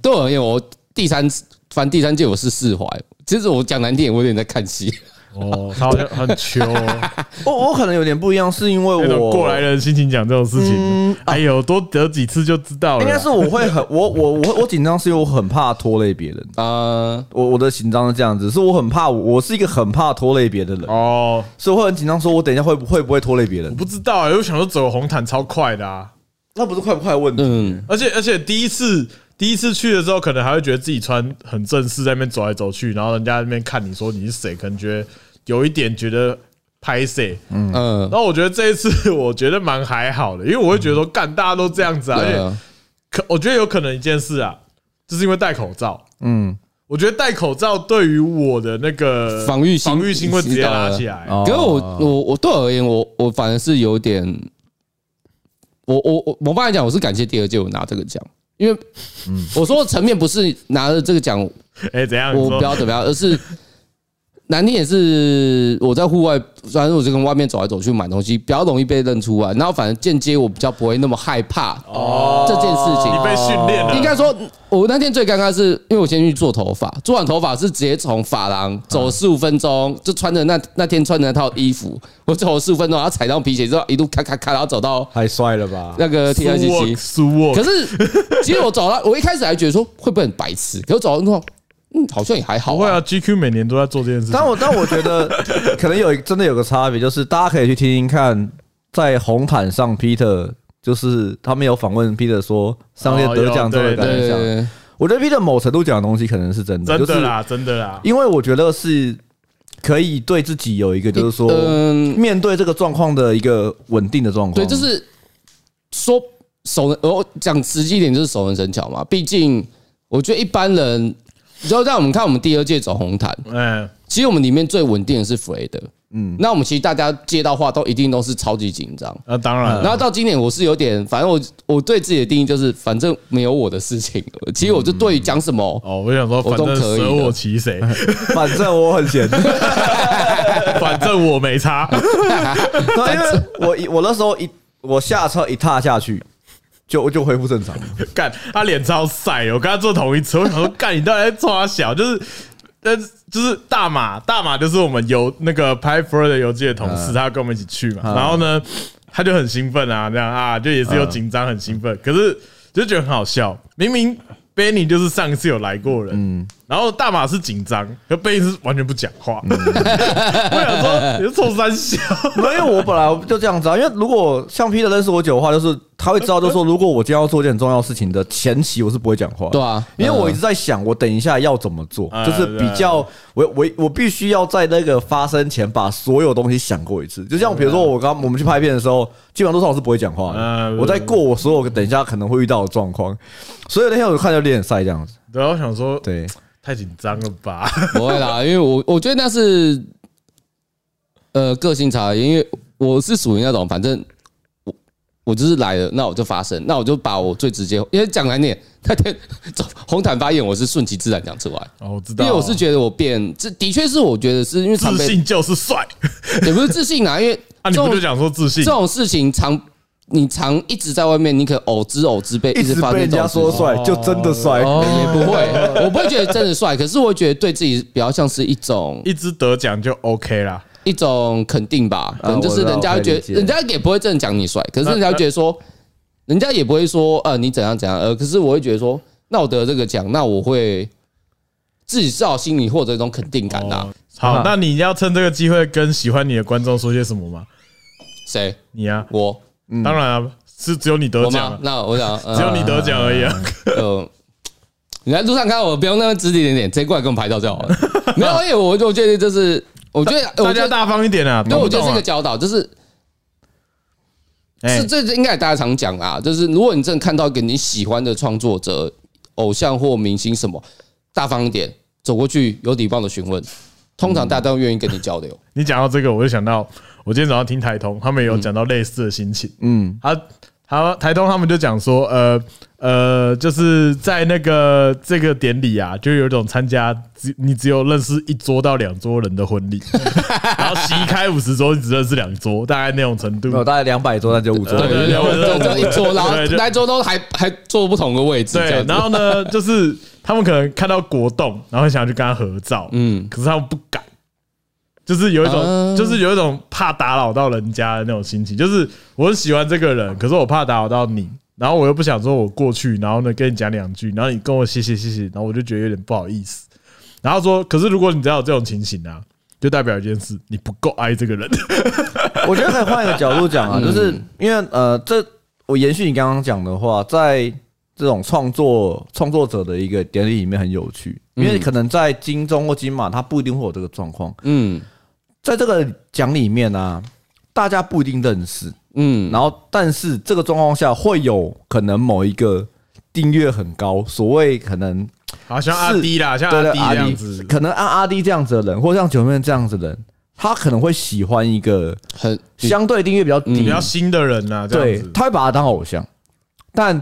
Speaker 3: 对我而言，我第三次反正第三届我是释怀。其实我讲难听点，我有点在看戏。
Speaker 2: 哦，他好像很糗，哦
Speaker 1: 我我可能有点不一样，是因
Speaker 2: 那
Speaker 1: 为
Speaker 2: 种
Speaker 1: 我
Speaker 2: 过来人心情讲这种事情，哎呦，多得几次就知道了。
Speaker 1: 应该是我会很我我我我紧张是因为我很怕拖累别人，
Speaker 3: 啊，
Speaker 1: 我我的紧张是这样子，是我很怕我我是一个很怕拖累别人的人。
Speaker 2: 哦，
Speaker 1: 所以我会很紧张，说我等一下会不会不会拖累别
Speaker 2: 我
Speaker 1: 人？
Speaker 2: 不知道、欸，我想说走红毯超快的啊，
Speaker 1: 那不是快不快的问题。
Speaker 3: 嗯，
Speaker 2: 而且而且第一次。第一次去的时候，可能还会觉得自己穿很正式，在那边走来走去，然后人家在那边看你说你是谁，可能觉得有一点觉得拍谁，
Speaker 3: 嗯，
Speaker 2: 然后我觉得这一次我觉得蛮还好的，因为我会觉得说干大家都这样子啊，而
Speaker 3: 对
Speaker 2: 且
Speaker 3: 啊，
Speaker 2: 可我觉得有可能一件事啊，就是因为戴口罩，
Speaker 1: 嗯，
Speaker 2: 我觉得戴口罩对于我的那个
Speaker 3: 防御心
Speaker 2: 防御心会直接拉起来。
Speaker 1: 哦
Speaker 3: 可是我我我对我而言，我我反而是有点，我我我我刚才讲，我是感谢第二届我拿这个奖，因为我说的层面不是拿了这个奖
Speaker 2: 哎，怎样？你
Speaker 3: 我
Speaker 2: 说
Speaker 3: 不要怎么样，而是难听也是我在户外，反正我就跟外面走来走去买东西，比较容易被认出来，然后反正间接我比较不会那么害怕
Speaker 2: 哦
Speaker 3: 这件事情
Speaker 2: 你。被训练了，
Speaker 3: 应该说，我那天最尴尬的是，因为我先去做头发，做完头发是直接从发廊
Speaker 2: 嗯
Speaker 3: 走十五分钟，就穿着那那天穿的那套衣服，我走十五分钟，然后踩到皮鞋之后，一路咔咔咔，然后走到
Speaker 1: 太帅了吧？
Speaker 3: 那个 T I C
Speaker 2: 苏沃
Speaker 3: C。
Speaker 2: 苏沃
Speaker 3: 可，是其实我走到，我一开始还觉得说会不会很白痴，可是走到之后，嗯，好像也还好、
Speaker 2: 不会啊，GQ 每年都在做这件事情。
Speaker 1: 但我但我觉得可能有一真的有个差别，就是大家可以去听听看，在红毯上 Peter 就是他们有访问 Peter 说上届得奖之后的
Speaker 2: 哦有
Speaker 1: 感
Speaker 3: 对对
Speaker 1: 想。
Speaker 3: 对，
Speaker 1: 我觉得 Peter 某程度讲的东西可能是真的，
Speaker 2: 真
Speaker 1: 就是
Speaker 2: 的啦，真的啦，
Speaker 1: 因为我觉得是可以对自己有一个就是说
Speaker 3: 嗯
Speaker 1: 面对这个状况的一个稳定的状况。
Speaker 3: 对，就是说熟能，我讲实际一点就是熟能生巧嘛。毕竟我觉得一般人，你知道，让我们看我们第二届走红毯，
Speaker 2: 嗯，
Speaker 3: 其实我们里面最稳定的是 f r e d 嗯，那我们其实大家接到话都一定都是超级紧张。
Speaker 2: 那当然
Speaker 3: 然
Speaker 2: 了，
Speaker 3: 后到今年，我是有点，反正我我对自己的定义就是，反正没有我的事情。其实我就对于讲什么，
Speaker 2: 哦，我想说，反
Speaker 3: 我都
Speaker 2: 正
Speaker 3: 可以的
Speaker 2: 舍我其 谁，
Speaker 1: 反正我很闲。
Speaker 2: 反正我没差。
Speaker 1: 对，啊因为我一我那时候一我下车一踏下去，就就恢复正常了。
Speaker 2: 干，他脸超晒，我跟他坐同一车，我想说，干，你到底在抓小？就是，呃，就是大马，大马就是我们游那个拍 f r 的游记的同
Speaker 3: 嗯
Speaker 2: 事，他跟我们一起去嘛，然后呢，他就很兴奋啊，这样啊，就也是有紧张，很兴
Speaker 3: 嗯
Speaker 2: 奋，可是就觉得很好笑，明明。Benny 就是上一次有来过人，
Speaker 3: 嗯
Speaker 2: 然后大马是紧张，可 Benny 是完全不讲话。
Speaker 3: 嗯
Speaker 2: 我想说，你是臭三小，
Speaker 1: 没有，因为我本来就这样子啊。因为如果像 Peter 认识我久的话，就是他会知道，就是说如果我今天要做一件很重要的事情的前期，我是不会讲话。
Speaker 3: 对啊
Speaker 1: 因
Speaker 3: 哎
Speaker 1: 为我一直在想，我等一下要怎么做，
Speaker 2: 嗯
Speaker 1: 就是比较我我我必须要在那个发生前把所有东西想过一次。就像比如说我刚我们去拍片的时候，基本上都是我是不会讲话的
Speaker 3: 哎
Speaker 2: 嗯，
Speaker 1: 我在过我所有等一下可能会遇到的状况，所以那天我就看就脸晒这样子。
Speaker 2: 对啊，我想说
Speaker 1: 对，
Speaker 2: 太紧张了吧？
Speaker 3: 不会啦，因为我我觉得那是呃个性差，因为我是属于那种反正我我就是来了，那我就发声，那我就把我最直接，因为讲难点，那天走红毯发言，我是顺其自然讲出来，
Speaker 2: 哦，我知道，
Speaker 3: 因为我是觉得我变，这的确是我觉得是因为常
Speaker 2: 自
Speaker 3: 被
Speaker 2: 信就是帅
Speaker 3: 也不是自信啦，因为
Speaker 2: 啊！
Speaker 3: 这
Speaker 2: 你不
Speaker 3: 种
Speaker 2: 就讲说自信
Speaker 3: 这？种事情常。你常一直在外面，你可能偶知偶知被
Speaker 1: 一
Speaker 3: 直
Speaker 1: 直
Speaker 3: 发
Speaker 1: 被
Speaker 3: 生
Speaker 1: 人
Speaker 3: 这
Speaker 1: 家
Speaker 3: 种
Speaker 1: 说
Speaker 3: 事情哦
Speaker 1: 帅，就真的帅。
Speaker 3: 也不会，我不会觉得真的帅，可是我会觉得对自己比较像是一种
Speaker 2: 一直得奖就 OK 啦。
Speaker 3: 一种肯定吧，可能就是人家会
Speaker 1: 啊
Speaker 3: 觉
Speaker 1: 我知道我可以理解
Speaker 3: 得，人家也不会真的讲你帅，可是人家会觉得说，人家也不会说呃你怎样怎样，呃，可是我会觉得说，那我得了这个奖，那我会自己至少心里获得一种肯定感呐、
Speaker 2: 哦好，那你要趁这个机会跟喜欢你的观众说些什么吗？
Speaker 3: 谁？
Speaker 2: 你啊，
Speaker 3: 我
Speaker 2: 当然啊，是只有你得
Speaker 3: 嗯我
Speaker 2: 奖
Speaker 3: 吗
Speaker 2: 啊，？
Speaker 3: 那我想，呃
Speaker 2: 只有你得奖而已啊。
Speaker 3: 呃，你在路上看到我，不用那么指指点点，直接过来跟我拍照就 好了。没有，因为我我觉得就是，我觉得
Speaker 2: 大
Speaker 3: 哎我觉
Speaker 2: 家
Speaker 3: 得，
Speaker 2: 大方一点啊，
Speaker 3: 对，
Speaker 2: 懂
Speaker 3: 我
Speaker 2: 不
Speaker 3: 觉
Speaker 2: 懂
Speaker 3: 得是一
Speaker 2: 啊
Speaker 3: 个教导，就是
Speaker 2: 哎
Speaker 3: 是这应该也大家常讲啊，就是如果你真的看到一个你喜欢的创作者、偶像或明星什么，大方一点，走过去有礼貌的询问，通常大家都愿意跟你交流。
Speaker 2: 你讲到这个，我就想到我今天早上听台通，他们有讲到类似的心情。嗯，他他台通他们就讲说，呃呃，就是在那个呃这个典礼啊，就有一种参加只你只有认识一桌到两桌人的婚礼，然后席开五十桌，你只认识两桌，大概那种程
Speaker 1: 没有，
Speaker 2: 度。
Speaker 1: 大概两百桌，那就五桌
Speaker 2: 嗯对。 对对我知道
Speaker 3: 就一桌，然后
Speaker 2: 对就
Speaker 3: 来桌都还还坐不同的位置，这
Speaker 2: 对
Speaker 3: 样，子
Speaker 2: 然后呢，就是他们可能看到国栋，然后想要去跟他合照，嗯，可是他们不敢，就是有一种，
Speaker 3: 啊
Speaker 2: 就是有一种怕打扰到人家的那种心情。就是我很喜欢这个人，可是我怕打扰到你，然后我又不想说我过去，然后呢跟你讲两句，然后你跟我谢谢谢谢，然后我就觉得有点不好意思。然后说，可是如果你知道有这种情形啊，就代表一件事，你不够爱这个人。
Speaker 1: 我觉得可以换一个角度讲
Speaker 3: 嗯
Speaker 1: 啊，就是因为呃，这我延续你刚刚讲的话，在这种创作创作者的一个典礼里面很有趣，因为可能在金钟或金马，他不一定会有这个状况。
Speaker 3: 嗯
Speaker 1: 在这个奖里面啊，大家不一定认识，
Speaker 3: 嗯，
Speaker 1: 然后但是这个状况下会有可能某一个订阅很高，所谓可能
Speaker 2: 好像阿
Speaker 1: 是
Speaker 2: 迪啦，像
Speaker 1: 对
Speaker 2: 阿
Speaker 1: 对
Speaker 2: 迪这样子，
Speaker 1: 可能按阿 D 这样子的人，或像九妹这样子的人，他可能会喜欢一个
Speaker 3: 很
Speaker 1: 相对订阅比较低
Speaker 2: 嗯比较新的人呐，这样
Speaker 1: 对
Speaker 2: 子，。嗯
Speaker 1: 他会把他当偶像，但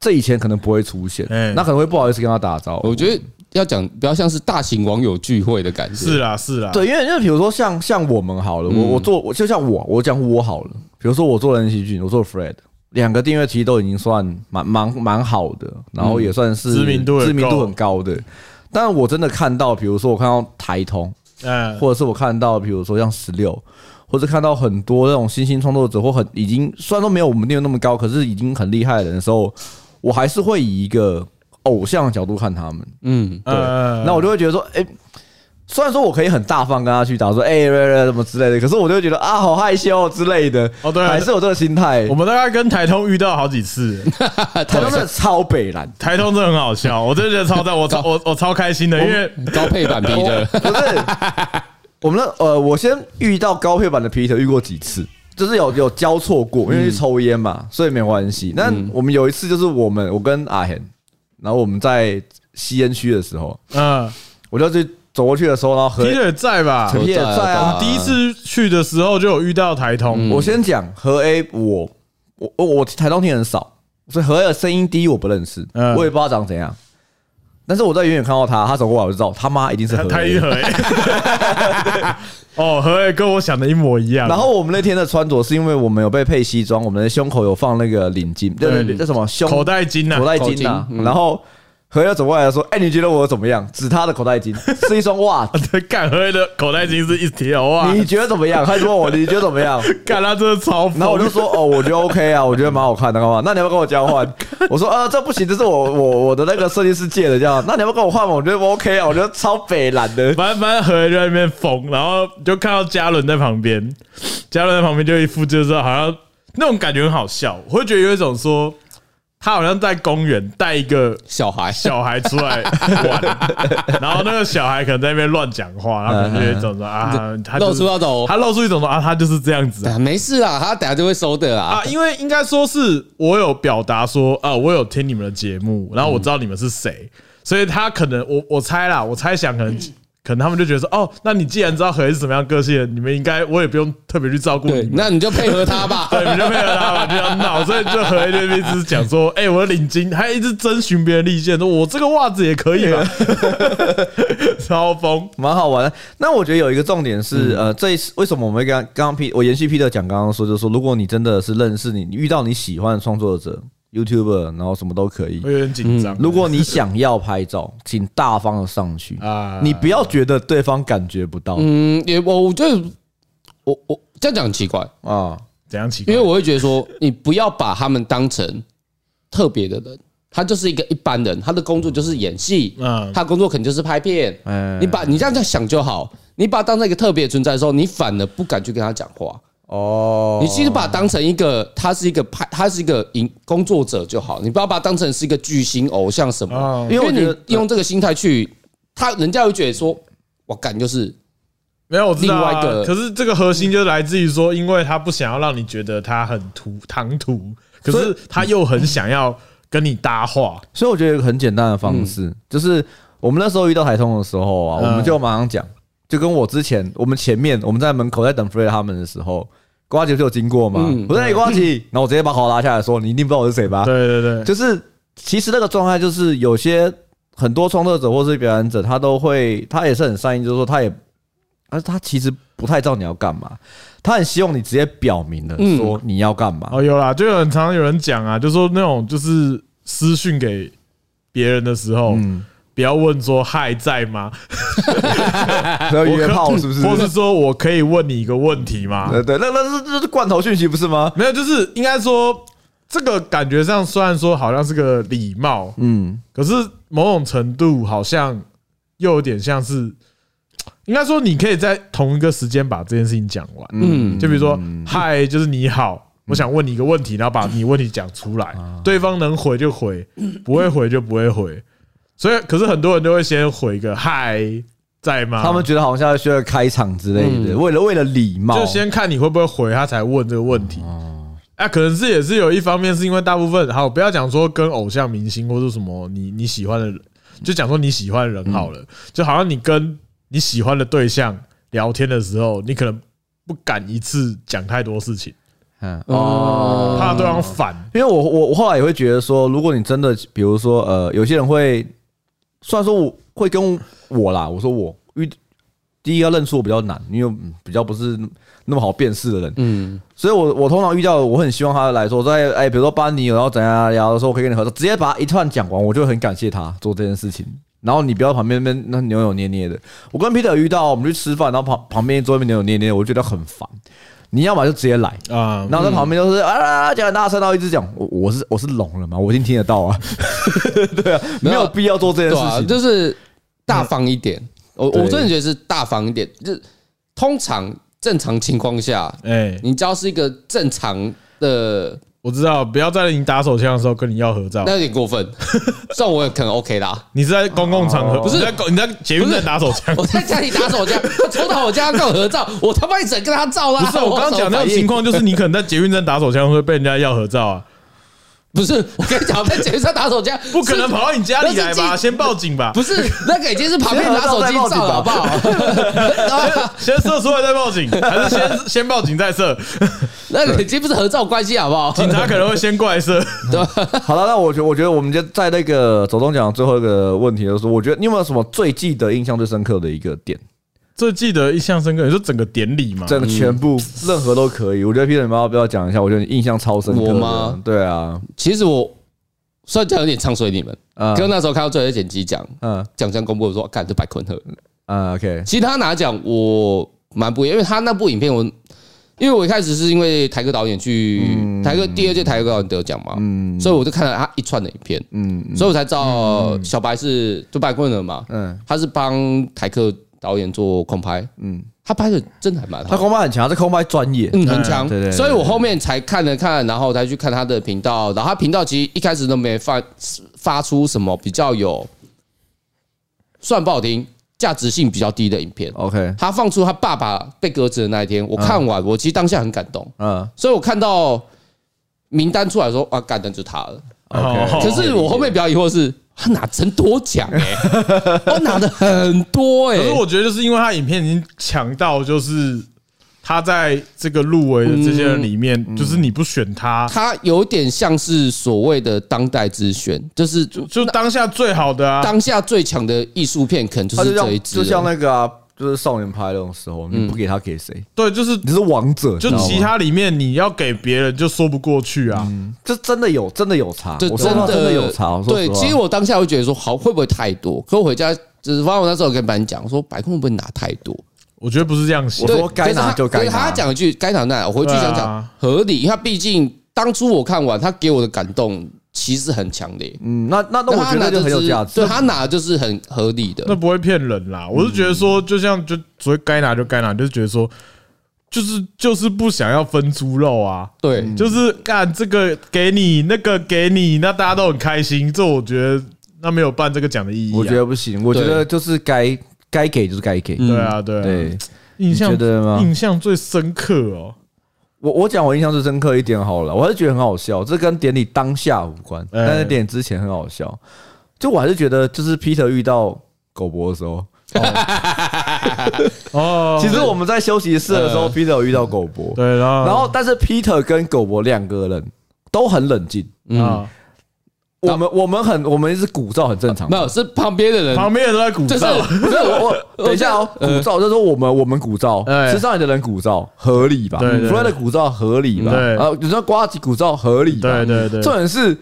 Speaker 1: 这以前可能不会出现
Speaker 2: 哎，
Speaker 1: 那可能会不好意思跟他打招呼
Speaker 3: 我。觉得要讲比较像是大型网友聚会的感觉，
Speaker 2: 是啦，是啦，
Speaker 1: 对，因为因为比如说像像我们好了，我
Speaker 2: 嗯
Speaker 1: 我做我就像我我讲我好了，比如说我做人喜剧，我做 Fred，两个订阅其实都已经算蛮蛮蛮好的，然后也算是
Speaker 2: 嗯知名度也
Speaker 1: 知名
Speaker 2: 够
Speaker 1: 度很高的。但我真的看到，比如说我看到台通，
Speaker 2: 嗯，
Speaker 1: 或者是我看到，比如说像十六，或者看到很多那种新兴创作者，或很已经虽然说没有我们订阅那么高，可是已经很厉害的人的时候，我还是会以一个偶像的角度看他们。
Speaker 3: 嗯，
Speaker 1: 对，
Speaker 2: 呃
Speaker 1: 那我就会觉得说，哎、虽然说我可以很大方跟他去打说，哎、欸，什么之类的，可是我就会觉得啊，好害羞之类的。
Speaker 2: 哦对啊
Speaker 1: 还是有这个心态
Speaker 2: 我。们大概跟台通遇到好几次，
Speaker 1: 他真的超北蓝，
Speaker 2: 台通真的很好笑，我真的觉得超赞，我超我我超开心的，因为
Speaker 3: 哦高配版 P
Speaker 1: 我
Speaker 3: 的，
Speaker 1: 不是我们的呃，我先遇到高配版的 Peter 遇过几次，就是有有交错过，因为去抽烟嘛，所以没关系。那我们有一次就是我们我跟阿贤，然后我们在吸烟区的时候，
Speaker 2: 嗯
Speaker 1: 我就去走过去的时候，然后和
Speaker 2: Peter 也在吧？
Speaker 1: 陈 Peter
Speaker 3: 我
Speaker 1: 在啊
Speaker 3: 我
Speaker 2: 第一次去的时候就有遇到台通，
Speaker 1: 嗯我先讲和 A，我我我我台东听很少，所以和 A 的声音低我不认识，
Speaker 2: 嗯
Speaker 1: 我也不知道长怎样。但是我在远远看到他，他走过来我就知道他妈一定是和
Speaker 2: 台
Speaker 1: A
Speaker 2: 一。和哦和欸跟我想的一模一样，
Speaker 1: 然后我们那天的穿着是因为我们有被配西装，我们的胸口有放那个领巾，
Speaker 2: 对
Speaker 1: 对，那什么胸
Speaker 2: 口袋巾呐
Speaker 1: 口，袋巾啊
Speaker 3: 口。巾嗯
Speaker 1: 然后和 A 走过来说：“哎，你觉得我怎么样？”指他的口袋巾是一双袜 子，
Speaker 2: 干和欸的口袋巾是一条啊，
Speaker 1: 你觉得怎么样？他就问哦我你觉得怎么样？
Speaker 2: 干他真的 超疯，
Speaker 1: 然后我就说哦，我觉得 OK 啊，我觉得蛮好看的，干嘛？那你要不要跟我交换？我说呃，这不行，这是我我我的那个设计师借的，这样。那你要不要跟我换嘛？我觉得我 OK 啊，我觉得超北蓝的。
Speaker 2: 反正反正何人就在那边疯，然后就看到嘉伦在旁边，嘉伦在旁边就一副就是好像那种感觉很好笑，我会觉得有一种说他好像在公园带一个
Speaker 3: 小孩
Speaker 2: 小孩出来玩，然后那个小孩可能在那边乱讲话，然后可能就有一种说啊，他就
Speaker 3: 露
Speaker 2: 是
Speaker 3: 出那种
Speaker 2: 他露出一种说啊，他就是这样子
Speaker 3: 对啊没事啦，他等下就会收的
Speaker 2: 啊
Speaker 3: 啦。，
Speaker 2: 因为应该说是我有表达说啊，我有听你们的节目，然后我知道你们是谁，所以他可能我我猜啦，我猜想可能。可能他们就觉得说，哦，那你既然知道何是什么样个性，你们应该我也不用特别去照顾你
Speaker 3: 对，
Speaker 2: 们，
Speaker 3: 那你就配合他 吧。
Speaker 2: 对，你就配合他嘛，就要闹，所以就何一那边一直讲说，哎、我的领巾，还一直征询别人的意见，说我这个袜子也可以吧， 超疯，
Speaker 1: 蛮好玩的。那我觉得有一个重点是，呃，这一次为什么我们会跟他刚刚 P 我延续 Peter 讲刚刚说，就是说，如果你真的是认识你，你遇到你喜欢的创作者、YouTuber，然后什么都可以
Speaker 2: 我。有点紧张。
Speaker 1: 嗯如果你想要拍照，请大方的上去
Speaker 2: 啊
Speaker 1: 你不要觉得对方感觉不到
Speaker 3: 嗯，也我我觉得我我这样讲很奇怪，
Speaker 1: 啊。
Speaker 2: 怎样奇怪？
Speaker 3: 因为我会觉得说，你不要把他们当成特别的人，他就是一个一般人，他的工作就是演戏，
Speaker 2: 嗯
Speaker 3: 他的工作肯定就是拍片。
Speaker 1: 嗯
Speaker 3: 你把你这样这样想就好，你把他当成一个特别的存在的时候，你反而不敢去跟他讲话。
Speaker 1: 哦，
Speaker 3: 你其实把他当成一个，他是一个拍，他是一个影工作者就好，你不要把他当成是一个巨星偶像什么
Speaker 2: 哦，
Speaker 1: 因为我觉得嗯
Speaker 3: 你用这个心态去，他人家会觉得说，我感就是
Speaker 2: 没有，我知道、啊。
Speaker 3: 另外一个
Speaker 2: 可是这个核心就来自于说，因为他不想要让你觉得他很突唐突，可
Speaker 1: 所
Speaker 2: 是他又很想要跟你搭话。
Speaker 1: 所以我觉得有个很简单的方式，就是我们那时候遇到台通的时候啊，
Speaker 2: 嗯
Speaker 1: 我们就马上讲，就跟我之前我们前面我们在门口在等 f r e d 他们的时候，瓜姐不是有经过吗？
Speaker 3: 嗯
Speaker 1: 我说哎瓜姐，然后我直接把口罩拉下来说，你一定不知道我是谁吧？
Speaker 2: 对对对，
Speaker 1: 就是其实那个状态就是有些很多创作者或是表演者，他都会，他也是很善意，就是说他也，但是他其实不太知道你要干嘛，他很希望你直接表明了
Speaker 3: 嗯
Speaker 1: 说你要干嘛。
Speaker 2: 哦，有啦，就有很常有人讲啊，就说那种就是私讯给别人的时候，
Speaker 1: 嗯
Speaker 2: 不要问说嗨在吗？
Speaker 1: 要
Speaker 2: 我
Speaker 1: 约
Speaker 2: 可
Speaker 1: 炮是不是？呃
Speaker 2: 或是说我可以问你一个问题吗？
Speaker 1: 对对，那那那那是罐头讯息不是吗？
Speaker 2: 没有，就是应该说这个感觉上，虽然说好像是个礼貌，
Speaker 1: 嗯，
Speaker 2: 可是某种程度好像又有点像是，应该说你可以在同一个时间把这件事情讲完。
Speaker 3: 嗯
Speaker 2: 就比如说嗨，就是你
Speaker 1: 嗯
Speaker 2: 好，我想问你一个问题，然后把你问题讲出来，
Speaker 1: 啊
Speaker 2: 对方能回 就回，不会回就不会回。所以，可是很多人都会先回一个嗨，在吗？
Speaker 1: 他们觉得好像需要开场之类的，为了为了礼貌，
Speaker 2: 嗯就先看你会不会回，他才问这个问题。啊，可能是也是有一方面是因为大部分好，不要讲说跟偶像明星或是什么你你喜欢的人，就讲说你喜欢的人好了，就好像你跟你喜欢的对象聊天的时候，你可能不敢一次讲太多事情，
Speaker 1: 嗯
Speaker 3: 哦
Speaker 2: 怕对方烦。
Speaker 1: 因为我我我后来也会觉得说，如果你真的，比如说呃，有些人会，虽然说我会跟我啦，我说我遇第一个要认出我比较难，因为嗯比较不是那么好辨识的人，
Speaker 3: 嗯，
Speaker 1: 所以我我通常遇到，我很希望他来说，在哎，比如说班尼，然后怎样啊然后说我可以跟你合作，直接把他一串讲完，我就会很感谢他做这件事情。然后你不要旁边那边那扭扭捏捏的。我跟 Peter 遇到，我们去吃饭，然后旁旁边桌那边扭扭捏捏，我就觉得很烦。你要么就直接来，
Speaker 2: 啊、
Speaker 1: 然后
Speaker 3: 嗯
Speaker 1: 在旁边就是啊啊啊讲很大声，然后一直讲我我是我是聋了嘛，我已经听得到啊， 对啊，没有必要做这件
Speaker 3: 对
Speaker 1: 事
Speaker 3: 啊，
Speaker 1: 情。
Speaker 3: 就是大方一点。我我
Speaker 1: 对
Speaker 3: 真的觉得是大方一点，就是通常正常情况下，
Speaker 2: 哎、
Speaker 3: 你只要是一个正常的，
Speaker 2: 我知道，不要在你打手枪的时候跟你要合照
Speaker 3: 那。有点过分，这种我也可能 OK 啦。
Speaker 2: 你是在公共场合，
Speaker 3: 不是
Speaker 2: 你在公你在捷运站打手枪。
Speaker 3: 我在家里打手枪，他冲到我家要跟我合照，我他妈一整跟他照啦！
Speaker 2: 不 是，我刚刚讲那种情况，就是你可能在捷运站打手枪会被人家要合照啊，
Speaker 3: 不是我跟你讲，在街上打手枪，
Speaker 2: 不可能
Speaker 3: 是
Speaker 2: 跑到你家里来吧？
Speaker 3: 那是
Speaker 2: 先报警吧，
Speaker 3: 不是那个已经是旁边拿手机照了，好不好？ 啊
Speaker 2: 先射出来再报警，还是 先先报警再射？
Speaker 3: 那个已经不是合照关系，好不好？
Speaker 2: 警察可能会先过来射。
Speaker 1: 好了，那我觉得我觉得我们就在那个走中奖最后一个问题，就是我觉得你有没有什么最记得、印象最深刻的一个点？
Speaker 3: 嗯
Speaker 2: 最记得印象深刻，你说整个典礼嘛？
Speaker 1: 整个全部任何都可以。我觉得 Peter，你要不要讲一下？我觉得你印象超深刻的。
Speaker 3: 我吗
Speaker 1: 对啊，
Speaker 3: 其实我虽然讲有点唱衰你们，
Speaker 1: 嗯
Speaker 3: 可是那时候看到最后一剪辑奖
Speaker 1: 嗯
Speaker 3: 奖项公布，我说干就白坤赫。
Speaker 1: 嗯，OK，
Speaker 3: 其实他拿奖我蛮不一样，因为他那部影片我，因为我一开始是因为台哥导演
Speaker 1: 嗯
Speaker 3: 去台哥第二届台哥导演得奖嘛，所以我就看了他一串的影片，
Speaker 1: 嗯
Speaker 3: 所以我才知道小白是就白棍了嘛，
Speaker 1: 嗯
Speaker 3: 他是帮台客导演做空拍，
Speaker 1: 嗯，
Speaker 3: 他拍的真的还蛮好
Speaker 1: 他
Speaker 3: 的。
Speaker 1: 空拍很强，这空拍专业，
Speaker 3: 嗯，很强
Speaker 1: 对对对，对
Speaker 3: 所以我后面才看了看，然后才去看他的频道，然后他频道其实一开始都没发发出什么比较有，算不好听，价值性比较低的影片。
Speaker 1: OK，
Speaker 3: 他放出他爸爸被革职的那一天，我看完，我其实当下很感动，
Speaker 1: 嗯
Speaker 3: 所以我看到名单出来说，啊，感动就是他了。
Speaker 2: 哦
Speaker 3: 可是我后面比较疑惑是，他拿真多奖哎，我拿的很多哎、
Speaker 2: 可是我觉得就是因为他影片已经强到，就是他在这个入围的这些
Speaker 3: 嗯
Speaker 2: 人里面，就是你不选他，
Speaker 3: 他有点像是所谓的当代之选，就是
Speaker 2: 就当下最好的啊。
Speaker 3: 当下最强的艺术片，可能就
Speaker 1: 他
Speaker 3: 是
Speaker 1: 就
Speaker 3: 这一
Speaker 1: 像
Speaker 3: 支嗯
Speaker 1: 就
Speaker 3: 了。
Speaker 1: 像那个啊，就是少年派那种时候，你不给他给谁？
Speaker 2: 对，就是
Speaker 1: 你是王者，
Speaker 2: 就
Speaker 1: 你知道吗
Speaker 2: 其他里面你要给别人就说不过去啊。
Speaker 3: 嗯
Speaker 1: 这真的有，真的有差。
Speaker 3: 对，
Speaker 1: 我说实话真的有差。我说
Speaker 3: 对，
Speaker 1: 实话
Speaker 3: 其实我当下会觉得说，好，会不会太多？可我回家，就是反正我那时候有跟班讲说，白控会不会拿太多？
Speaker 2: 我觉得不是这样想
Speaker 1: 我，
Speaker 3: 对，
Speaker 1: 说该拿就该拿
Speaker 3: 可是他可是他讲一句该拿那，我回去想
Speaker 2: 对
Speaker 3: 想
Speaker 2: 啊
Speaker 3: 合理，因为他毕竟当初我看完，他给我的感动其实很强烈。
Speaker 1: 嗯，那那那我
Speaker 3: 他
Speaker 1: 觉
Speaker 3: 拿
Speaker 1: 得就很有
Speaker 3: 是
Speaker 1: 价值。
Speaker 3: 对他拿的就是很合理的
Speaker 2: 那。
Speaker 1: 嗯
Speaker 2: 不会骗人啦。我是觉得说，就像就所谓该拿就该拿，就是觉得说，就是就是不想要分猪肉啊。
Speaker 3: 对，
Speaker 1: 嗯
Speaker 2: 就是干这个给你，那个给你，那大家都很开心。这我觉得那没有办这个奖的意义、啊。
Speaker 1: 我觉得不行，我觉得就是该该给就是该给。
Speaker 3: 嗯
Speaker 2: 对啊，对啊，
Speaker 1: 对，
Speaker 2: 印象
Speaker 1: 你觉得吗
Speaker 2: 印象最深刻哦，
Speaker 1: 我我讲我印象最深刻一点好了，我还是觉得很好笑，这跟典礼当下无关，
Speaker 2: 哎
Speaker 1: 但是典礼之前很好笑。就我还是觉得，就是 Peter 遇到狗博的时候，
Speaker 2: 哦，
Speaker 1: 其实我们在休息室的时候，Peter 有遇到狗博，
Speaker 2: 对，然后
Speaker 1: 然后但是 Peter 跟狗博两个人都很冷静，
Speaker 3: 嗯，
Speaker 2: 啊，
Speaker 1: 我们我们很我们是鼓噪很正常，
Speaker 3: 没有是旁边的人，
Speaker 2: 旁边人都在鼓
Speaker 3: 就是
Speaker 2: 噪，
Speaker 1: 不是我，我 等一下哦，鼓噪就是说我们我们鼓噪，
Speaker 2: 呃哎
Speaker 1: 吃上来的人鼓噪合理吧？
Speaker 2: 对对对
Speaker 1: f r e d 的鼓噪合理吧？啊
Speaker 2: 对
Speaker 1: 然后你说瓜子鼓噪合理吧？
Speaker 2: 对对对
Speaker 1: 重点是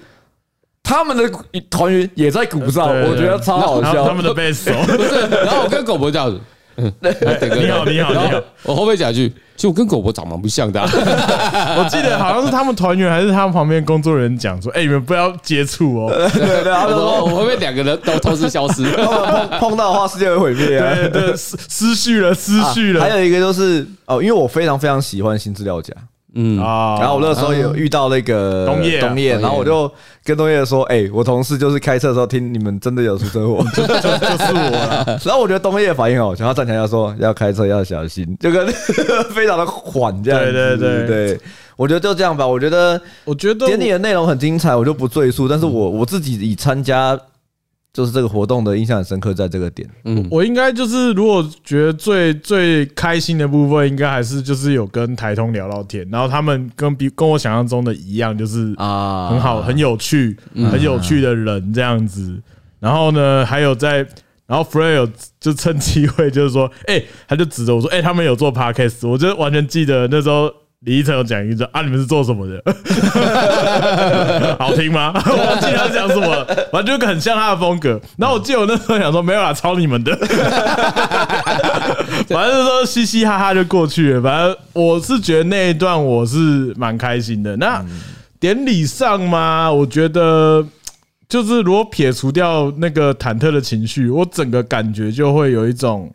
Speaker 1: 他们的团员也在鼓噪，
Speaker 2: 对对对
Speaker 1: 我觉得超好
Speaker 2: 然后他
Speaker 1: 笑
Speaker 2: 们。的贝斯手，
Speaker 3: 不是，然后我跟狗博这样子，嗯，
Speaker 2: 你好你好你好，
Speaker 3: 我后面讲一句，其实我跟狗博长蛮不像的啊，
Speaker 2: 我记得好像是他们团员还是他们旁边工作人员讲说，哎，你们不要接触哦，
Speaker 1: 对对对，他
Speaker 3: 我
Speaker 1: 们 说
Speaker 3: 我后面两个人都同时消失，
Speaker 1: 他们碰碰到的话，世界会毁灭啊。
Speaker 2: 对对，失失序了，失
Speaker 1: 啊
Speaker 2: 序了
Speaker 1: 还有一个就是哦，因为我非常非常喜欢新资料夹，
Speaker 3: 嗯，
Speaker 2: 啊
Speaker 1: 然后我那时候有遇到那个
Speaker 2: 东野啊
Speaker 1: 东野，
Speaker 3: 东野
Speaker 1: 然后我就跟东野说：“哎，我同事就是开车的时候听你们真的有出车祸。”
Speaker 2: 就就是我了，
Speaker 1: 然后我觉得东叶反应很好笑，他站起来要说要开车要小心，就跟 非常的缓这样子。
Speaker 2: 对对对
Speaker 1: 对，我觉得就这样吧。我觉得
Speaker 2: 我觉得
Speaker 1: 典礼的内容很精彩，我就不赘述。但是我我自己以参加就是这个活动的印象很深刻，在这个点。
Speaker 2: 我应该就是，如果觉得最最开心的部分，应该还是就是有跟台通聊到天，然后他们跟比跟我想象中的一样，就是
Speaker 1: 啊
Speaker 2: 很好，很有趣，很有趣的人这样子。然后呢，还有在，然后 Frey 有就趁机会就是说，哎，他就指着我说，哎，他们有做 podcast，我就完全记得那时候。李一晨有讲一句啊，你们是做什么的？ 好听吗？ 我忘记他讲什么了，反正就很像他的风格。然后我记得我那时候想说，没有啦，抄你们的。 反正说嘻嘻哈哈就过去了。反正我是觉得那一段我是蛮开心的。那典礼上嘛，我觉得就是如果撇除掉那个忐忑的情绪，我整个感觉就会有一种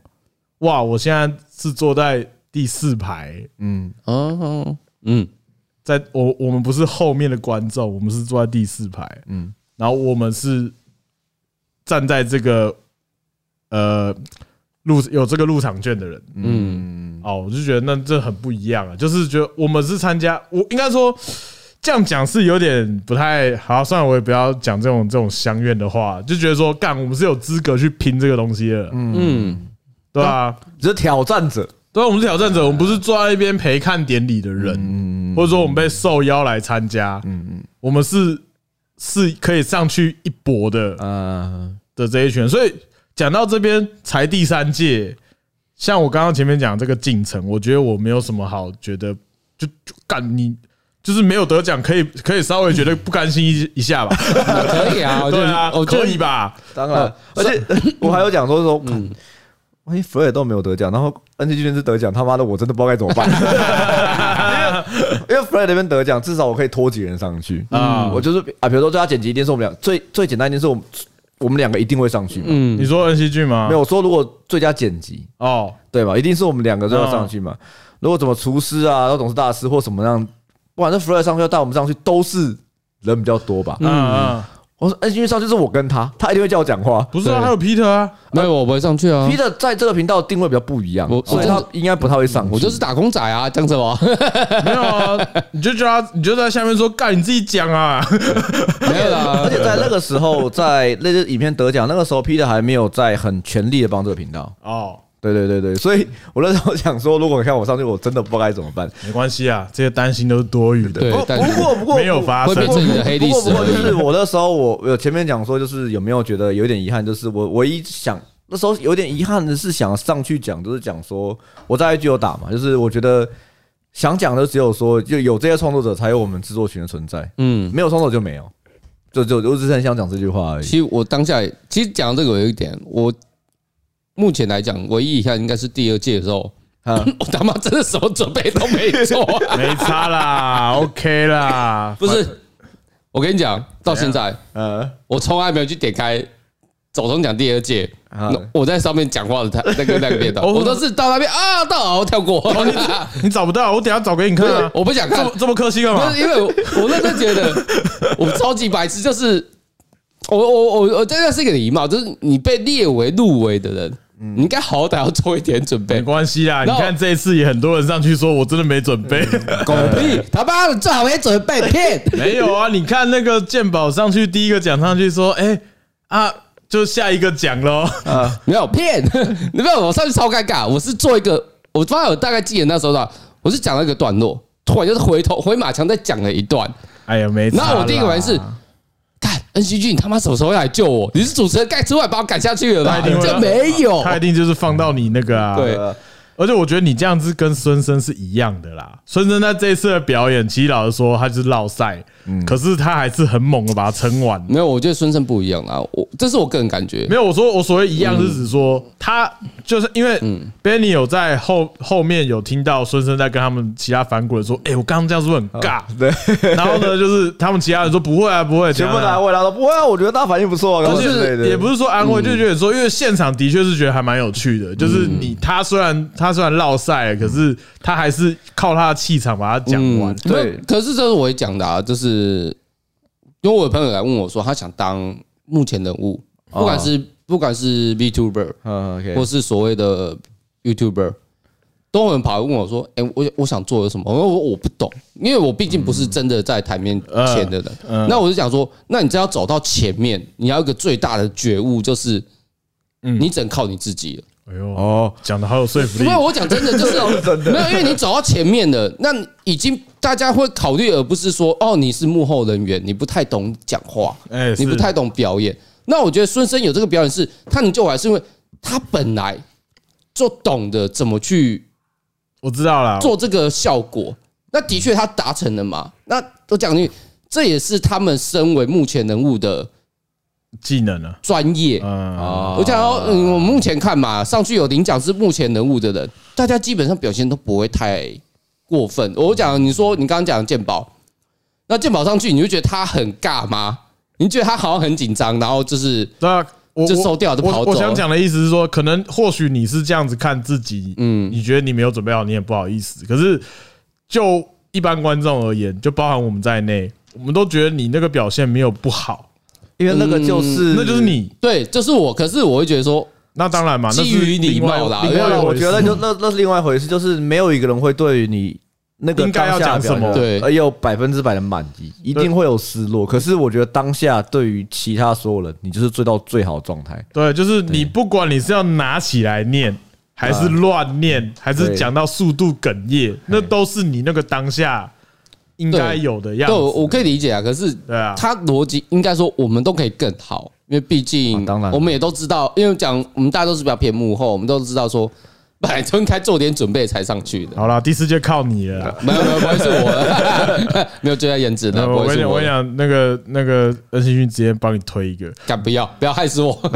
Speaker 2: 哇，我现在是坐在第四排，
Speaker 1: 嗯，
Speaker 3: 哦，嗯，
Speaker 2: 在我我们不是后面的观众，我们是坐在第四排，嗯
Speaker 1: 嗯，
Speaker 2: 然后我们是站在这个呃入有这个入场券的人，嗯，哦，我就觉得那这很不一样啊，就是觉得我们是参加，我应该说这样讲是有点不太好，算了，我也不要讲这种这种相怨的话，就觉得说干，我们是有资格去拼这个东西的，嗯，
Speaker 3: 嗯，
Speaker 2: 对啊，
Speaker 1: 就是挑战者。
Speaker 2: 对啊，我们是挑战者，我们不是坐在一边陪看典礼的人，或者说我们被受邀来参加，我们是是可以上去一搏的
Speaker 1: 嗯，
Speaker 2: 的这一群人。所以讲到这边才第三届，像我刚刚前面讲这个进程，我觉得我没有什么好觉得，就就干你就是没有得奖，可以可以稍微觉得不甘心一一下吧，
Speaker 3: 可以啊，我 觉
Speaker 2: 对啊
Speaker 3: 得，我，觉
Speaker 2: 可
Speaker 3: 得
Speaker 2: 以吧？
Speaker 1: 当然，而且 我还有讲说说，看万一 Fred 都没有得奖，然后 NG 军是得奖，他妈的，我真的不知道该怎么办。因为 Fred 那边得奖，至少我可以拖几个人上去
Speaker 2: 啊
Speaker 1: 啊。我就是啊，比如说最佳剪辑一定是我们俩最最简单一定是我们我们两个一定会上去嘛。
Speaker 2: 你
Speaker 3: 嗯，
Speaker 2: 说恩熙剧吗？
Speaker 1: 没有我说，如果最佳剪辑，
Speaker 2: 哦，
Speaker 1: 对吧？一定是我们两个都要上去嘛。如果怎么厨师啊，然后董事大师或什么样，不管是福尔上去要带我们上去，都是人比较多吧。
Speaker 2: 嗯嗯，
Speaker 1: 我说，哎，因为上去是我跟他，他一定会叫我讲话。
Speaker 2: 不是啊，
Speaker 3: 对
Speaker 2: 还有 Peter 啊，
Speaker 3: 没有，我不会上去啊。
Speaker 1: Peter 在这个频道定位比较不一样
Speaker 3: 我，
Speaker 1: 所以
Speaker 3: 我
Speaker 1: 他应该不太会上去。
Speaker 3: 我就是打工仔啊，讲什么？
Speaker 2: 没有啊，你就叫他，你就在下面说干，你自己讲啊，
Speaker 3: 没有啦
Speaker 1: 而，且在那个时候，在那支影片得奖那个时候，Peter 还没有在很全力的帮这个频道。
Speaker 2: 哦，
Speaker 1: 对对对对，所以我那时候想说，如果你看我上去，我真的不知道该怎么办。
Speaker 2: 没关系啊，这些担心都是多余的，
Speaker 3: 对
Speaker 1: 不
Speaker 3: 但
Speaker 1: 不
Speaker 3: 是
Speaker 1: 过不过
Speaker 2: 没有发
Speaker 3: 会
Speaker 2: 生
Speaker 3: 变，成你的黑
Speaker 1: 不
Speaker 3: 历
Speaker 1: 过
Speaker 3: 史
Speaker 1: 不过
Speaker 3: 而
Speaker 1: 就
Speaker 3: 已。
Speaker 1: 是我那时候我我前面讲说，就是有没有觉得有点遗憾，就是我唯一想那时候有点遗憾的是想上去讲，就是讲说我在 IG 有打嘛，就是我觉得想讲的只有说就有这些创作者才有我们制作群的存在，
Speaker 3: 嗯，
Speaker 1: 没有创作者就没有，就就我只是很想讲这句话而已。
Speaker 3: 其实我当下也其实讲到这个有一点，我目前来讲唯一遗憾应该是第二届的时候，
Speaker 1: 啊，
Speaker 3: 我他妈真的什么准备都没做啊、
Speaker 2: 没差 啦，OK 啦，
Speaker 3: 不是，我跟你讲，到现在
Speaker 1: 呃，
Speaker 3: 我从来没有去点开走中奖第二届。
Speaker 1: 啊
Speaker 3: 那我在上面讲话 的台那个那个电脑，
Speaker 2: 哦
Speaker 3: 我都是到那边啊，到好跳过，
Speaker 2: 你找不到，我等一下找给你看啊，
Speaker 3: 我不想
Speaker 2: 这
Speaker 3: 看
Speaker 2: 么，啊这么客气干
Speaker 3: 不
Speaker 2: 嘛
Speaker 3: 是？因为我我认真觉得我超级白痴，就是我我我我真的是一个礼貌，就是你被列为入围的人，你应该好歹要做一点准
Speaker 2: 没
Speaker 3: 备。
Speaker 2: 关系嗯啊啦，你
Speaker 3: 然后
Speaker 2: 看这一次也很多人上去说，我真的没准 备。
Speaker 3: 狗屁，他妈的最好没准备， 骗！
Speaker 2: 没有啊，你看那个鉴宝上去第一个奖上去说，哎、啊，就下一个奖喽。
Speaker 3: 没有骗， 你没有，我上去超尴尬。我是做一个，我突然有大概记得那时候的，我是讲了一个段落，突然就是回头回马枪再讲了一段。
Speaker 2: 哎呀，没差啦。
Speaker 3: 然后我第一个反应是，看恩熙俊，你他妈什么时候来救我？你是主持人，盖出来把我赶下去了吧？
Speaker 2: 他一定会
Speaker 3: 这没有，
Speaker 2: 他一定就是放到你那个啊。
Speaker 3: 对
Speaker 1: 呃
Speaker 2: 而且我觉得你这样子跟孙生是一样的啦。孙生在这一次的表演，其实老实说，他就是落赛，
Speaker 1: 嗯
Speaker 2: 可是他还是很猛的把它撑完。
Speaker 3: 没有，我觉得孙胜不一样啦，我这是我个人感觉
Speaker 2: 没。有，我说我所谓一样是指说，他就是因为 Benny 有在后后面有听到孙生在跟他们其他反骨说，哎，我刚刚这样是不是很尬？
Speaker 1: 哦对，
Speaker 2: 然后呢，就是他们其他人说不会啊，不会，
Speaker 1: 全部
Speaker 2: 怎样啊
Speaker 1: 拿回来了，不会啊，我觉得大家反应不错啊，
Speaker 2: 不
Speaker 1: 干嘛之类
Speaker 2: 是，
Speaker 1: 的
Speaker 2: 也不是说安
Speaker 3: 嗯
Speaker 2: 慰，就觉得说，因为现场的确是觉得还蛮有趣的。就是你他虽然他虽然落赛了，可是他还是靠他的气场把它讲完。
Speaker 1: 对
Speaker 3: 嗯没有可是这是我也讲的啊，就是因为我有朋友来问我说，他想当目前人物，
Speaker 2: 啊
Speaker 3: 不管是不管是 VTuber
Speaker 1: 嗯，OK，
Speaker 3: 或是所谓的 YouTuber，都有人跑来问我说，哎，我我想做的什么？我说我我不懂，因为我毕竟不是真的在台面前的人。那我就想说，那你真要走到前面，你要有一个最大的觉悟，就是你只能靠你自己了。
Speaker 2: 哎呦，
Speaker 1: 哦，
Speaker 2: 讲的好有说服
Speaker 3: 嗯不
Speaker 2: 力
Speaker 3: 是，。我讲 真的，就是哦没有，因为你走到前面的，那已经大家会考虑，而不是说哦，你是幕后人员，你不太懂讲话，
Speaker 2: 哎，
Speaker 3: 你不
Speaker 2: 是
Speaker 3: 太懂表演。那我觉得孙生有这个表演是，他能救我，还是因为他本来就懂得怎么去
Speaker 2: 我知道啦。
Speaker 3: 做这个效果。那的确他达成了嘛？那我讲你，这也是他们身为目前人物的
Speaker 2: 技能啊，
Speaker 3: 专业。
Speaker 2: 嗯，
Speaker 1: 啊
Speaker 3: 我讲哦，嗯，我目前看嘛，上去有领奖是目前人物的人，大家基本上表现都不会太过分。我讲，你说你刚刚讲的鉴宝，那鉴宝上去，你就觉得他很尬吗？你觉得他好像很紧张，然后就是
Speaker 2: 对啊。我
Speaker 3: 就收掉就
Speaker 2: 我
Speaker 3: 跑
Speaker 2: 我
Speaker 3: 走
Speaker 2: 我想讲的意思是说，可能或许你是这样子看自己，嗯，你觉得你没有准备好，你也不好意思。可是就一般观众而言，就包含我们在内，我们都觉得你那个表现没有不好，
Speaker 1: 因为那个就是
Speaker 2: 嗯那就是你。
Speaker 3: 对，就是我。可是我会觉得说，
Speaker 2: 那当然嘛，那
Speaker 3: 基于
Speaker 2: 是另外
Speaker 3: 礼貌啦
Speaker 2: 另
Speaker 1: 没有
Speaker 2: 外
Speaker 1: 啦，
Speaker 2: 一
Speaker 1: 我
Speaker 2: 回事
Speaker 1: 觉得就那那是另外一回事，就是没有一个人会对于你那个
Speaker 2: 应该要讲什么
Speaker 3: 对
Speaker 1: 而有百分之百的满意，一定会有失落。可是我觉得当下对于其他所有人，你就是最到最好的状态。
Speaker 2: 对，就是你不管你是要拿起来念，还是乱念，还是讲到速度哽咽，那都是你那个当下应该有的样
Speaker 3: 对，
Speaker 2: 子。
Speaker 3: 我我可以理解啊。可是
Speaker 2: 对啊，
Speaker 3: 他逻辑应该说，我们都可以更好，因为毕竟
Speaker 1: 啊当然
Speaker 3: 我们也都知道，因为讲我们大家都是比较偏幕后，我们都知道说，本来就应该做点准备才 上去的。
Speaker 2: 好啦，第四届靠你了啦。
Speaker 3: 没有没有，不会是我， 没有就在颜值的，不
Speaker 2: 我跟
Speaker 3: 会
Speaker 2: 你
Speaker 3: 是
Speaker 2: 讲，我
Speaker 3: 我
Speaker 2: 跟你。讲，那个那个恩熙君直接帮你推一个，
Speaker 3: 敢不要不要害死我！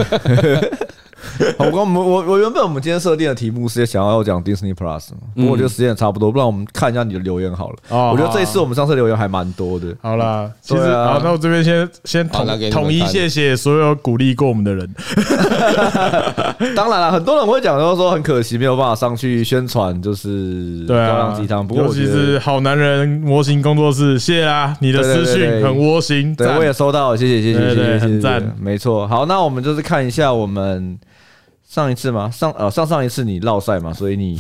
Speaker 1: 好，我跟我们我我原本我们今天设定的题目是想要讲 Disney Plus，嘛不过我觉得时间也差不多，不然我们看一下你的留言好了。
Speaker 2: 嗯哦
Speaker 1: 我觉得这一次我们上次留言还蛮多的。
Speaker 2: 好啦，其实
Speaker 1: 对啊
Speaker 2: 好，那我这边先先
Speaker 3: 好那给
Speaker 2: 统
Speaker 3: 你们
Speaker 2: 统一
Speaker 3: 看
Speaker 2: 谢谢所有鼓励过我们的人，
Speaker 1: 当然了，很多人会讲说说很可惜没有办法上去宣传，就是
Speaker 2: 对
Speaker 1: 漂
Speaker 2: 啊
Speaker 1: 亮鸡汤。，不过
Speaker 2: 尤
Speaker 1: 我
Speaker 2: 其
Speaker 1: 觉
Speaker 2: 是
Speaker 1: 得，
Speaker 2: 好男人模型工作室，谢啦，你的
Speaker 1: 对对对
Speaker 2: 私讯
Speaker 1: 对
Speaker 2: 很窝心，
Speaker 1: 对
Speaker 2: 赞
Speaker 1: 我也收到了，谢谢谢谢
Speaker 2: 对
Speaker 1: 谢
Speaker 2: 对
Speaker 1: 谢，谢谢
Speaker 2: 很赞
Speaker 1: 没错。好，那我们就是看一下我们上一次嘛，上呃上上一次你落赛嘛，所以你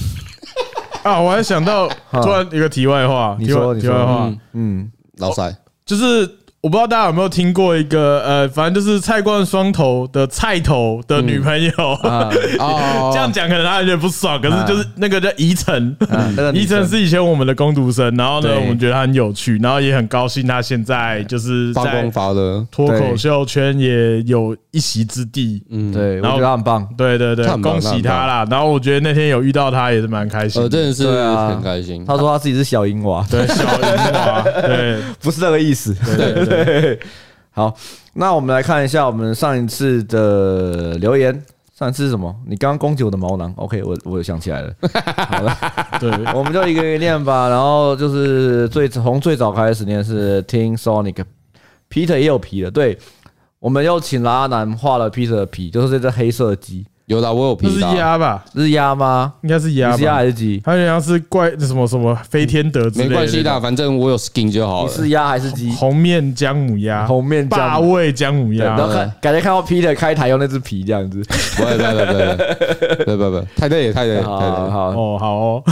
Speaker 2: 啊，我还想到突然一个题外话，
Speaker 1: 你
Speaker 2: 题
Speaker 1: 说
Speaker 2: 外
Speaker 1: 你
Speaker 2: 题
Speaker 1: 说
Speaker 2: 外话
Speaker 3: 嗯，
Speaker 1: 嗯
Speaker 3: 老塞，
Speaker 2: 就是我不知道大家有没有听过一个呃，反正就是菜冠双头的菜头的女朋友，
Speaker 3: 啊，哦，
Speaker 2: 这样讲可能他有点不爽，可是就是那个叫宜晨，
Speaker 1: 啊那个女
Speaker 2: 宜晨
Speaker 1: 生
Speaker 2: 是以前我们的工读生，然后呢，
Speaker 1: 对
Speaker 2: 我们觉得他很有趣，然后也很高兴他现在就是
Speaker 3: 发
Speaker 2: 在
Speaker 3: 光发热，
Speaker 2: 脱口秀圈也有一席之地。
Speaker 3: 嗯，
Speaker 1: 对，我
Speaker 2: 然后
Speaker 1: 觉得她很棒。
Speaker 2: 对对对
Speaker 3: 他，很棒
Speaker 2: 恭喜他啦！然后我觉得那天有遇到他也是蛮开心
Speaker 3: 呃，
Speaker 2: 的，
Speaker 3: 真的是
Speaker 1: 对啊
Speaker 3: 很开心。
Speaker 1: 他说他自己是小银娃，
Speaker 2: 对小樱花，对
Speaker 1: 不是那个意思。
Speaker 2: 对对对，
Speaker 1: 好，那我们来看一下我们上一次的留言。上一次是什么？你刚刚攻击我的毛囊？OK，我我想起来 了。好了，
Speaker 2: 对
Speaker 1: 我们就一个一个念吧。然后就是最从最早开始念是听 Sonic，Peter 也有皮的，对。我们又请拉南画了 Peter 的皮，就是这只黑色的鸡，
Speaker 3: 有啦，我有
Speaker 2: 这
Speaker 3: 皮
Speaker 2: 是
Speaker 3: 的啊，
Speaker 2: 鸭吧？
Speaker 1: 是鸭吗？
Speaker 2: 应该是
Speaker 1: 你
Speaker 2: 鸭
Speaker 1: 是鸭
Speaker 2: 吧
Speaker 1: 还？是鸡？
Speaker 2: 它有点像是怪什么什么飞天德之类
Speaker 3: 没
Speaker 2: 的，
Speaker 3: 关系啦，，反正我有 skin 就好
Speaker 1: 你
Speaker 3: 了。
Speaker 1: 是鸭还是鸡？
Speaker 2: 红面姜母鸭，
Speaker 1: 红面姜
Speaker 2: 霸味姜母
Speaker 1: 对然
Speaker 2: 鸭
Speaker 1: 后，看感觉看到 Peter 开台用那只皮这样 子。
Speaker 3: 不会不会不会不会不会，太累了太累
Speaker 1: 好好
Speaker 3: 了
Speaker 1: 好，
Speaker 2: 哦，好哦，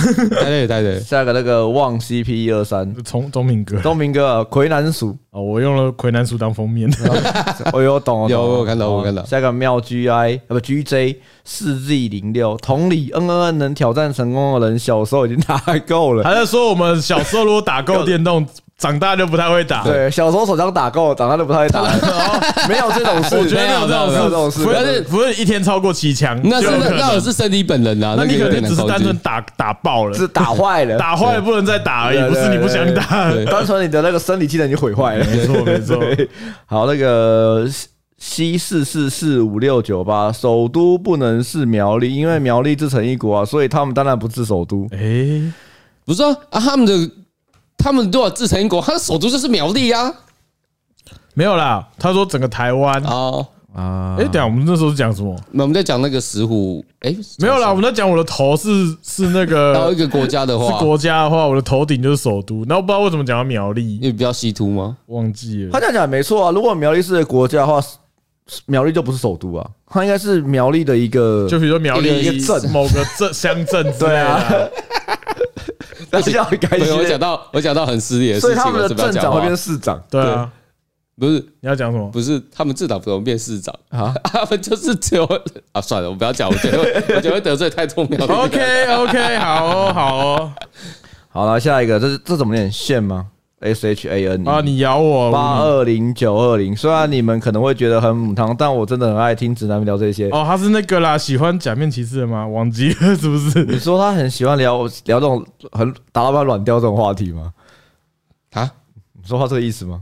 Speaker 3: 太累了 太累了。
Speaker 1: 下一个那个旺 CP 一二三，
Speaker 2: 钟钟 品哥，
Speaker 1: 东明哥魁南鼠，
Speaker 2: 哦，我用了魁南鼠当 封面，
Speaker 1: 我有懂，
Speaker 3: 有
Speaker 1: 懂
Speaker 3: 我有看到我有看到
Speaker 1: 下一个妙 GI 呃不 GJ 四 Z 零六，同理 N N N 能挑战成功的人，小时候已经打够了。
Speaker 2: 还在说我们小时候如果打够电动，长大就不太会打。
Speaker 1: 对，小时候手枪打够，长大就不太会打了， 没有这种事，
Speaker 2: 我觉得
Speaker 1: 没
Speaker 2: 没有这种
Speaker 1: 没有这种
Speaker 2: 事，
Speaker 1: 事
Speaker 2: 不
Speaker 3: 但
Speaker 2: 是
Speaker 3: 是
Speaker 2: 不是一天超过七枪，
Speaker 3: 那是
Speaker 2: 就有可能
Speaker 3: 那我是圣地本人啊，
Speaker 2: 那
Speaker 3: 个
Speaker 2: 你
Speaker 3: 有
Speaker 2: 可
Speaker 3: 点
Speaker 2: 能
Speaker 3: 难
Speaker 2: 只是
Speaker 3: 控
Speaker 2: 单
Speaker 3: 制
Speaker 2: 纯。打打爆了，
Speaker 1: 是打坏了，
Speaker 2: 打坏了不能再打而已，
Speaker 1: 对
Speaker 2: 不是你不想打。
Speaker 3: 对
Speaker 1: 单纯你的那个生理机能已经毁坏了。
Speaker 2: 没错没错，
Speaker 1: 对，好，那个西四四四五六九八，首都不能是苗栗，因为苗栗自成一国啊，所以他们当然不是首都。
Speaker 2: 哎，
Speaker 3: 不是啊，啊他们的他们都有自成一国，他的首都就是苗栗啊。
Speaker 2: 没有啦，他说整个台湾，
Speaker 3: 哦，
Speaker 1: 啊
Speaker 2: 哎、等一下我们那时候是讲什么？
Speaker 3: 那我们在讲那个石虎，哎，
Speaker 2: 没有啦，我们在讲我的头是是那
Speaker 3: 到
Speaker 2: 个
Speaker 3: 一个国家的
Speaker 2: 是
Speaker 3: 话，
Speaker 2: 国家的话，我的头顶就是首都。那我不知道为什么讲到苗栗，
Speaker 3: 你比较稀突吗？
Speaker 2: 忘记了
Speaker 1: 他。这样讲也没错啊，如果苗栗是国家的话，苗栗就不是首都啊，它应该是苗栗的一个。
Speaker 2: 就比如说苗栗
Speaker 3: 一个一个镇
Speaker 2: 某个镇乡镇之类
Speaker 1: 对
Speaker 2: 的
Speaker 1: 啊，大家很开
Speaker 2: 哎
Speaker 3: 对，我
Speaker 1: 心
Speaker 3: 讲，到我讲到很失礼的事
Speaker 1: 所以
Speaker 3: 情，
Speaker 1: 他们
Speaker 3: 我
Speaker 1: 的
Speaker 3: 是不要
Speaker 1: 镇
Speaker 3: 讲
Speaker 1: 长会
Speaker 3: 话
Speaker 1: 变。市长。
Speaker 2: 对啊，
Speaker 3: 不是
Speaker 2: 你要讲什么？
Speaker 3: 不是，他们自打不能变市长
Speaker 1: 啊
Speaker 3: 啊，他们就是只有啊，算了，我不要讲，我觉得会我觉得会得罪太多苗 栗人。
Speaker 2: OK OK，好哦好哦，
Speaker 1: 好了，下一个，这是这怎么念？县吗？S H A N E
Speaker 2: 啊，你咬我，
Speaker 1: 八
Speaker 2: 我
Speaker 1: 二零九二
Speaker 3: 嗯
Speaker 1: 零。虽然你们可能会觉得很母汤，但我真的很爱听直男们聊这些。
Speaker 2: 哦，他是那个啦，喜欢假面骑士的吗？忘记了是不
Speaker 1: 你
Speaker 2: 是？
Speaker 1: 说他很喜欢聊聊这种很打到他软掉这种话题吗？
Speaker 3: 啊，
Speaker 1: 你说话这个意思吗？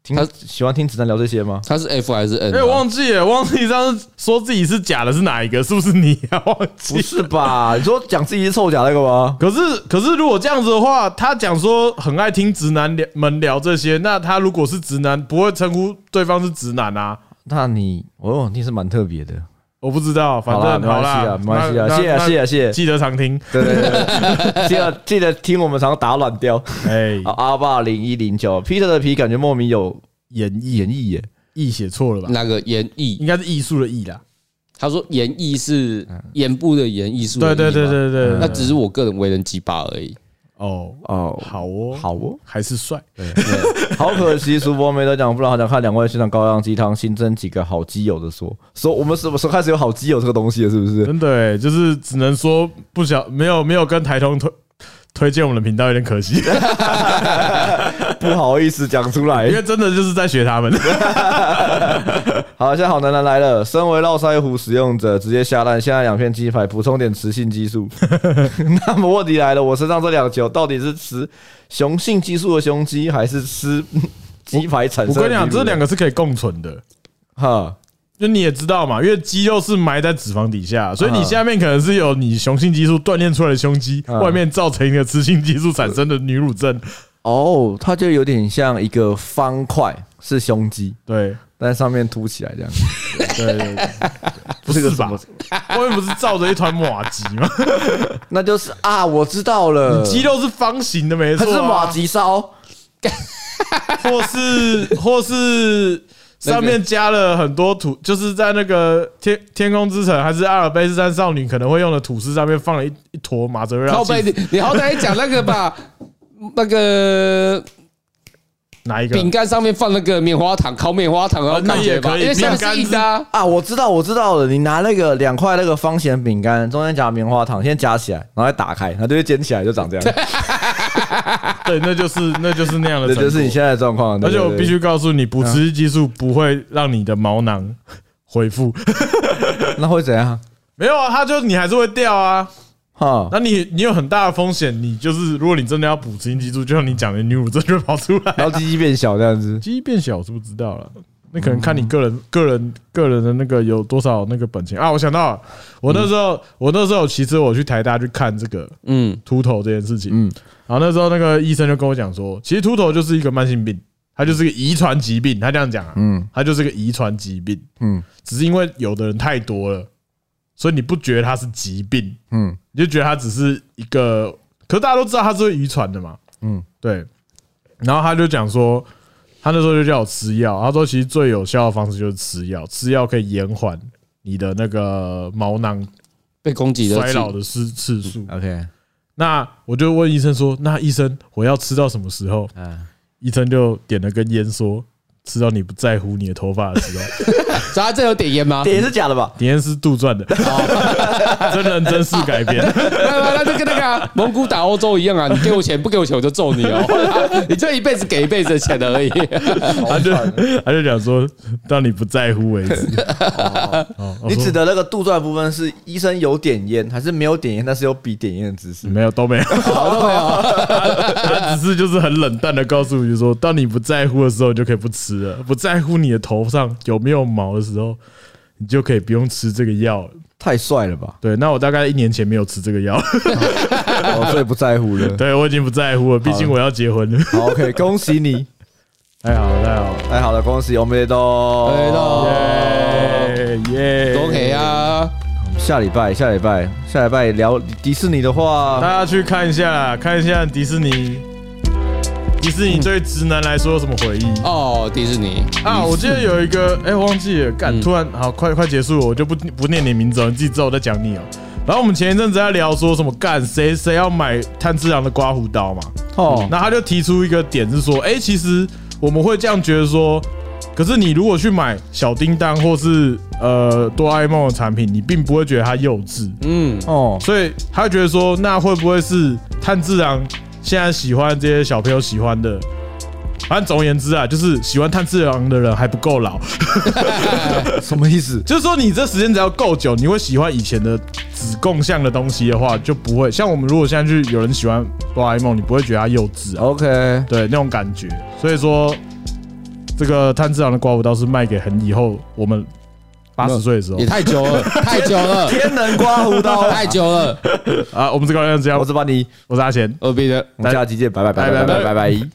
Speaker 1: 听
Speaker 3: 他
Speaker 1: 喜欢听直男聊这些吗？
Speaker 3: 他是 F 还是 N？啊
Speaker 2: 哎，忘记了，忘记上次说自己是假的是哪一个？是不是你 啊？忘
Speaker 1: 不
Speaker 2: 记。
Speaker 1: 是吧？你说讲自己是臭甲那个吗？
Speaker 2: 可是，可是，如果这样子的话，他讲说很爱听直男聊们聊这些，那他如果是直男，不会称呼对方是直男啊？
Speaker 1: 那你哦，你是蛮特别的。
Speaker 2: 我不知道，反
Speaker 1: 好啦，
Speaker 2: 正
Speaker 1: 没关
Speaker 2: 好
Speaker 1: 系
Speaker 2: 啦
Speaker 1: 啊，，没关系啊，
Speaker 2: 那
Speaker 1: 谢谢
Speaker 2: 那
Speaker 1: 谢谢谢谢。
Speaker 2: 记得常听。
Speaker 1: 对对对，记得记得听我们常打软 掉。
Speaker 2: 哎，
Speaker 1: 好，阿爸零一零九，Peter 的皮感觉莫名有演绎演绎耶。
Speaker 2: 意写错了吧？
Speaker 3: 那个演艺
Speaker 2: 应，该是艺术的艺啦。
Speaker 3: 他说演艺是演部的演，艺术的
Speaker 2: 对
Speaker 3: 艺
Speaker 2: 对对
Speaker 3: 嘛，
Speaker 2: 对对，
Speaker 1: 嗯
Speaker 3: 那只是我个人为人鸡巴而已。
Speaker 2: 哦，
Speaker 1: 哦，
Speaker 2: 好哦，
Speaker 1: 好哦。
Speaker 2: 还是帅。
Speaker 1: 好可惜，主播没得奖，不然好想看两位欣赏高粱鸡汤，新增几个好基友的说说，我们什么时候开始有好基友这个东西了？是不 是？
Speaker 2: 真的、欸，就是只能说不想没有没有跟台通推推荐我们的频道，有点可惜，
Speaker 1: 不好意思讲出来
Speaker 2: 因。为真的就是在学 他们。
Speaker 1: 好，现在好男人来了，身为络腮胡使用者，直接下蛋，现在两片鸡排，补充点雌性激 素。那么问题来了，我身上这两球到底是雌雄性激素的雄激，还是吃鸡排产
Speaker 2: 我
Speaker 1: 生的激素
Speaker 2: 跟你
Speaker 1: 呢？
Speaker 2: 讲，这两个是可以共存的，
Speaker 1: 哈，
Speaker 2: 就你也知道嘛，因为肌肉是埋在脂肪底下，所以你下面可能是有你雄性激素锻炼出来的胸肌，
Speaker 1: 嗯
Speaker 2: 外面造成一个雌性激素产生的女乳症。
Speaker 1: 哦，它就有点像一个方块，是胸肌，
Speaker 2: 对
Speaker 1: 但上面凸起来 这样，
Speaker 2: 对对，对 不
Speaker 1: 这
Speaker 2: 是
Speaker 1: 个什
Speaker 2: 吧
Speaker 1: 么？
Speaker 2: 外面不是罩着一团马吉吗？
Speaker 1: 那就是啊，我知道了，
Speaker 2: 肌肉是方形的，没
Speaker 1: 它
Speaker 2: 错、啊，
Speaker 1: 呃是马吉烧，
Speaker 2: 或是或是
Speaker 3: 那个
Speaker 2: 上面加了很多土，就是在那个天天空之城还是阿尔卑斯山少女可能会用的吐司上面放了一一坨马泽瑞拉
Speaker 3: 靠
Speaker 2: 鸡
Speaker 3: 背，你你好 歹也讲那个吧，那个
Speaker 2: 啊哪一个？
Speaker 3: 饼干上面放那个棉花糖，烤棉花糖然后
Speaker 2: 啊那
Speaker 3: 感
Speaker 2: 也
Speaker 3: 觉吧，
Speaker 2: 可以
Speaker 3: 因为下面
Speaker 2: 饼干
Speaker 3: 是硬的啊。
Speaker 1: 啊，我知道，我知道了。你拿那个两块那个方形的饼干，中间夹棉花糖，先夹起来，然后再打开，它就会煎起来，就长这样。
Speaker 2: 对，那就是那就是那样的啊
Speaker 1: 这
Speaker 2: 成果，
Speaker 1: 就是你现在的状况。
Speaker 2: 而
Speaker 1: 对
Speaker 2: 且我
Speaker 1: 对对嗯
Speaker 2: 必须告诉你，补雌激素不会让你的毛囊 恢复，
Speaker 1: 那会怎样？
Speaker 2: 没有啊，它就你还是会掉啊。
Speaker 1: 哈，
Speaker 2: 那你你有很大的风险，你就是如果你真的要补雌激素，就像你讲的，女乳症就会跑出来。
Speaker 1: 然后鸡鸡变小这样子。
Speaker 2: 鸡变小，我是不知道了。那可能
Speaker 1: 嗯
Speaker 2: 看你个人、个人、个人的那个有多少那个本钱啊！我想到了，我那时候，我那时候其实我去台大去看这个
Speaker 3: 嗯，
Speaker 2: 秃头这件事情，
Speaker 1: 嗯
Speaker 2: 然后那时候那个医生就跟我讲说，其实秃头就是一个慢性病，它就是个遗传疾病，他这样讲啊，
Speaker 1: 嗯
Speaker 2: 它就是个遗传疾病，
Speaker 1: 嗯
Speaker 2: 只是因为有的人太多了，所以你不觉得它是疾病，
Speaker 1: 嗯，
Speaker 2: 你就觉得它只是一个，可是大家都知道它是会遗传的嘛，
Speaker 1: 嗯
Speaker 2: 嗯，对。然后他就讲说，他那时候就叫我吃药，他说其实最有效的方式就是吃药，吃药可以延缓你的那个毛囊
Speaker 3: 被攻击的
Speaker 2: 衰老
Speaker 3: 是
Speaker 2: 的次次数。
Speaker 1: OK，
Speaker 2: 那我就问医生说，那医生我要吃到什么时候？
Speaker 1: 嗯，
Speaker 2: 医生就点了根烟说。吃到你不在乎你的头发的时候，
Speaker 3: 所以他这有点烟 吗？
Speaker 1: 也是假的吧？
Speaker 2: 点烟是杜撰的，真人真事改编。
Speaker 3: 那那就跟那个啊蒙古打欧洲一样啊，你给我钱不给我钱我就揍你 哦，你就一辈子给一辈子的钱而已。
Speaker 2: 他就他就讲说，到你不在乎为止。哦我
Speaker 1: 你
Speaker 2: 说
Speaker 1: 指的那个杜撰的部分是医生有点烟，还是没有点烟，但是有比点烟的姿势？
Speaker 2: 没有都 没有，他只是就是很冷淡的告诉你说，当你不在乎的时候，你就可以不吃了；不在乎你的头上有没有毛的时候，你就可以不用吃这个药了。
Speaker 1: 太帅了吧！
Speaker 2: 对，那我大概一年前没有吃这个药，
Speaker 1: 哦，所以不在乎了。
Speaker 2: 对我已经不在乎了，毕竟我要结婚了。
Speaker 1: 好，OK，恭喜你，哎
Speaker 2: 太哎好哦了，太好了，
Speaker 1: 太好了，恭喜我们也都
Speaker 2: 哎
Speaker 3: 对喽
Speaker 2: 耶哎耶
Speaker 3: ，OK 啊，
Speaker 1: 下礼拜，下礼拜，下礼拜聊迪士尼的
Speaker 2: 大
Speaker 1: 话，
Speaker 2: 家去看一下啦，看一下迪士尼，迪士尼对直男来说有什么回忆？
Speaker 3: 哦，迪士尼，
Speaker 2: 啊，我记得有一个，哎、忘记了，干，突然好，快快结束了，我就不不念你名字了，你自己知道我在讲你哦、然后我们前一阵子在聊说什么干谁谁要买炭治郎的刮胡刀嘛，
Speaker 1: 哦，
Speaker 2: 那他就提出一个点是说，哎、其实我们会这样觉得说，可是你如果去买小叮当或是呃哆啦 A 梦的产品，你并不会觉得它幼稚，
Speaker 3: 嗯，
Speaker 1: 哦，
Speaker 2: 所以他会觉得说，那会不会是炭治郎现在喜欢这些小朋友喜欢的？反正总而言之啊，就是喜欢炭治郎的人还不够老，
Speaker 1: 什么意思？
Speaker 2: 啊就是说你这时间只要够久，你会喜欢以前的子供向的东西的话，就不会像我们如果现在去有人喜欢哆啦 A 梦，你不会觉得他幼稚啊，
Speaker 1: OK，
Speaker 2: 对那种感觉。所以说，这个炭治郎的刮胡刀是卖给很以后我们八十岁的时候
Speaker 3: 也太久了，太久了，
Speaker 1: 天能刮胡 刀，
Speaker 3: 太久了，
Speaker 2: 啊。我们这个人这样
Speaker 1: 我，是班尼，
Speaker 2: 我是阿贤。
Speaker 3: 二逼的。
Speaker 1: 我们下期见，拜拜，拜
Speaker 2: 拜
Speaker 1: 拜，
Speaker 2: 拜
Speaker 1: 拜拜，拜拜。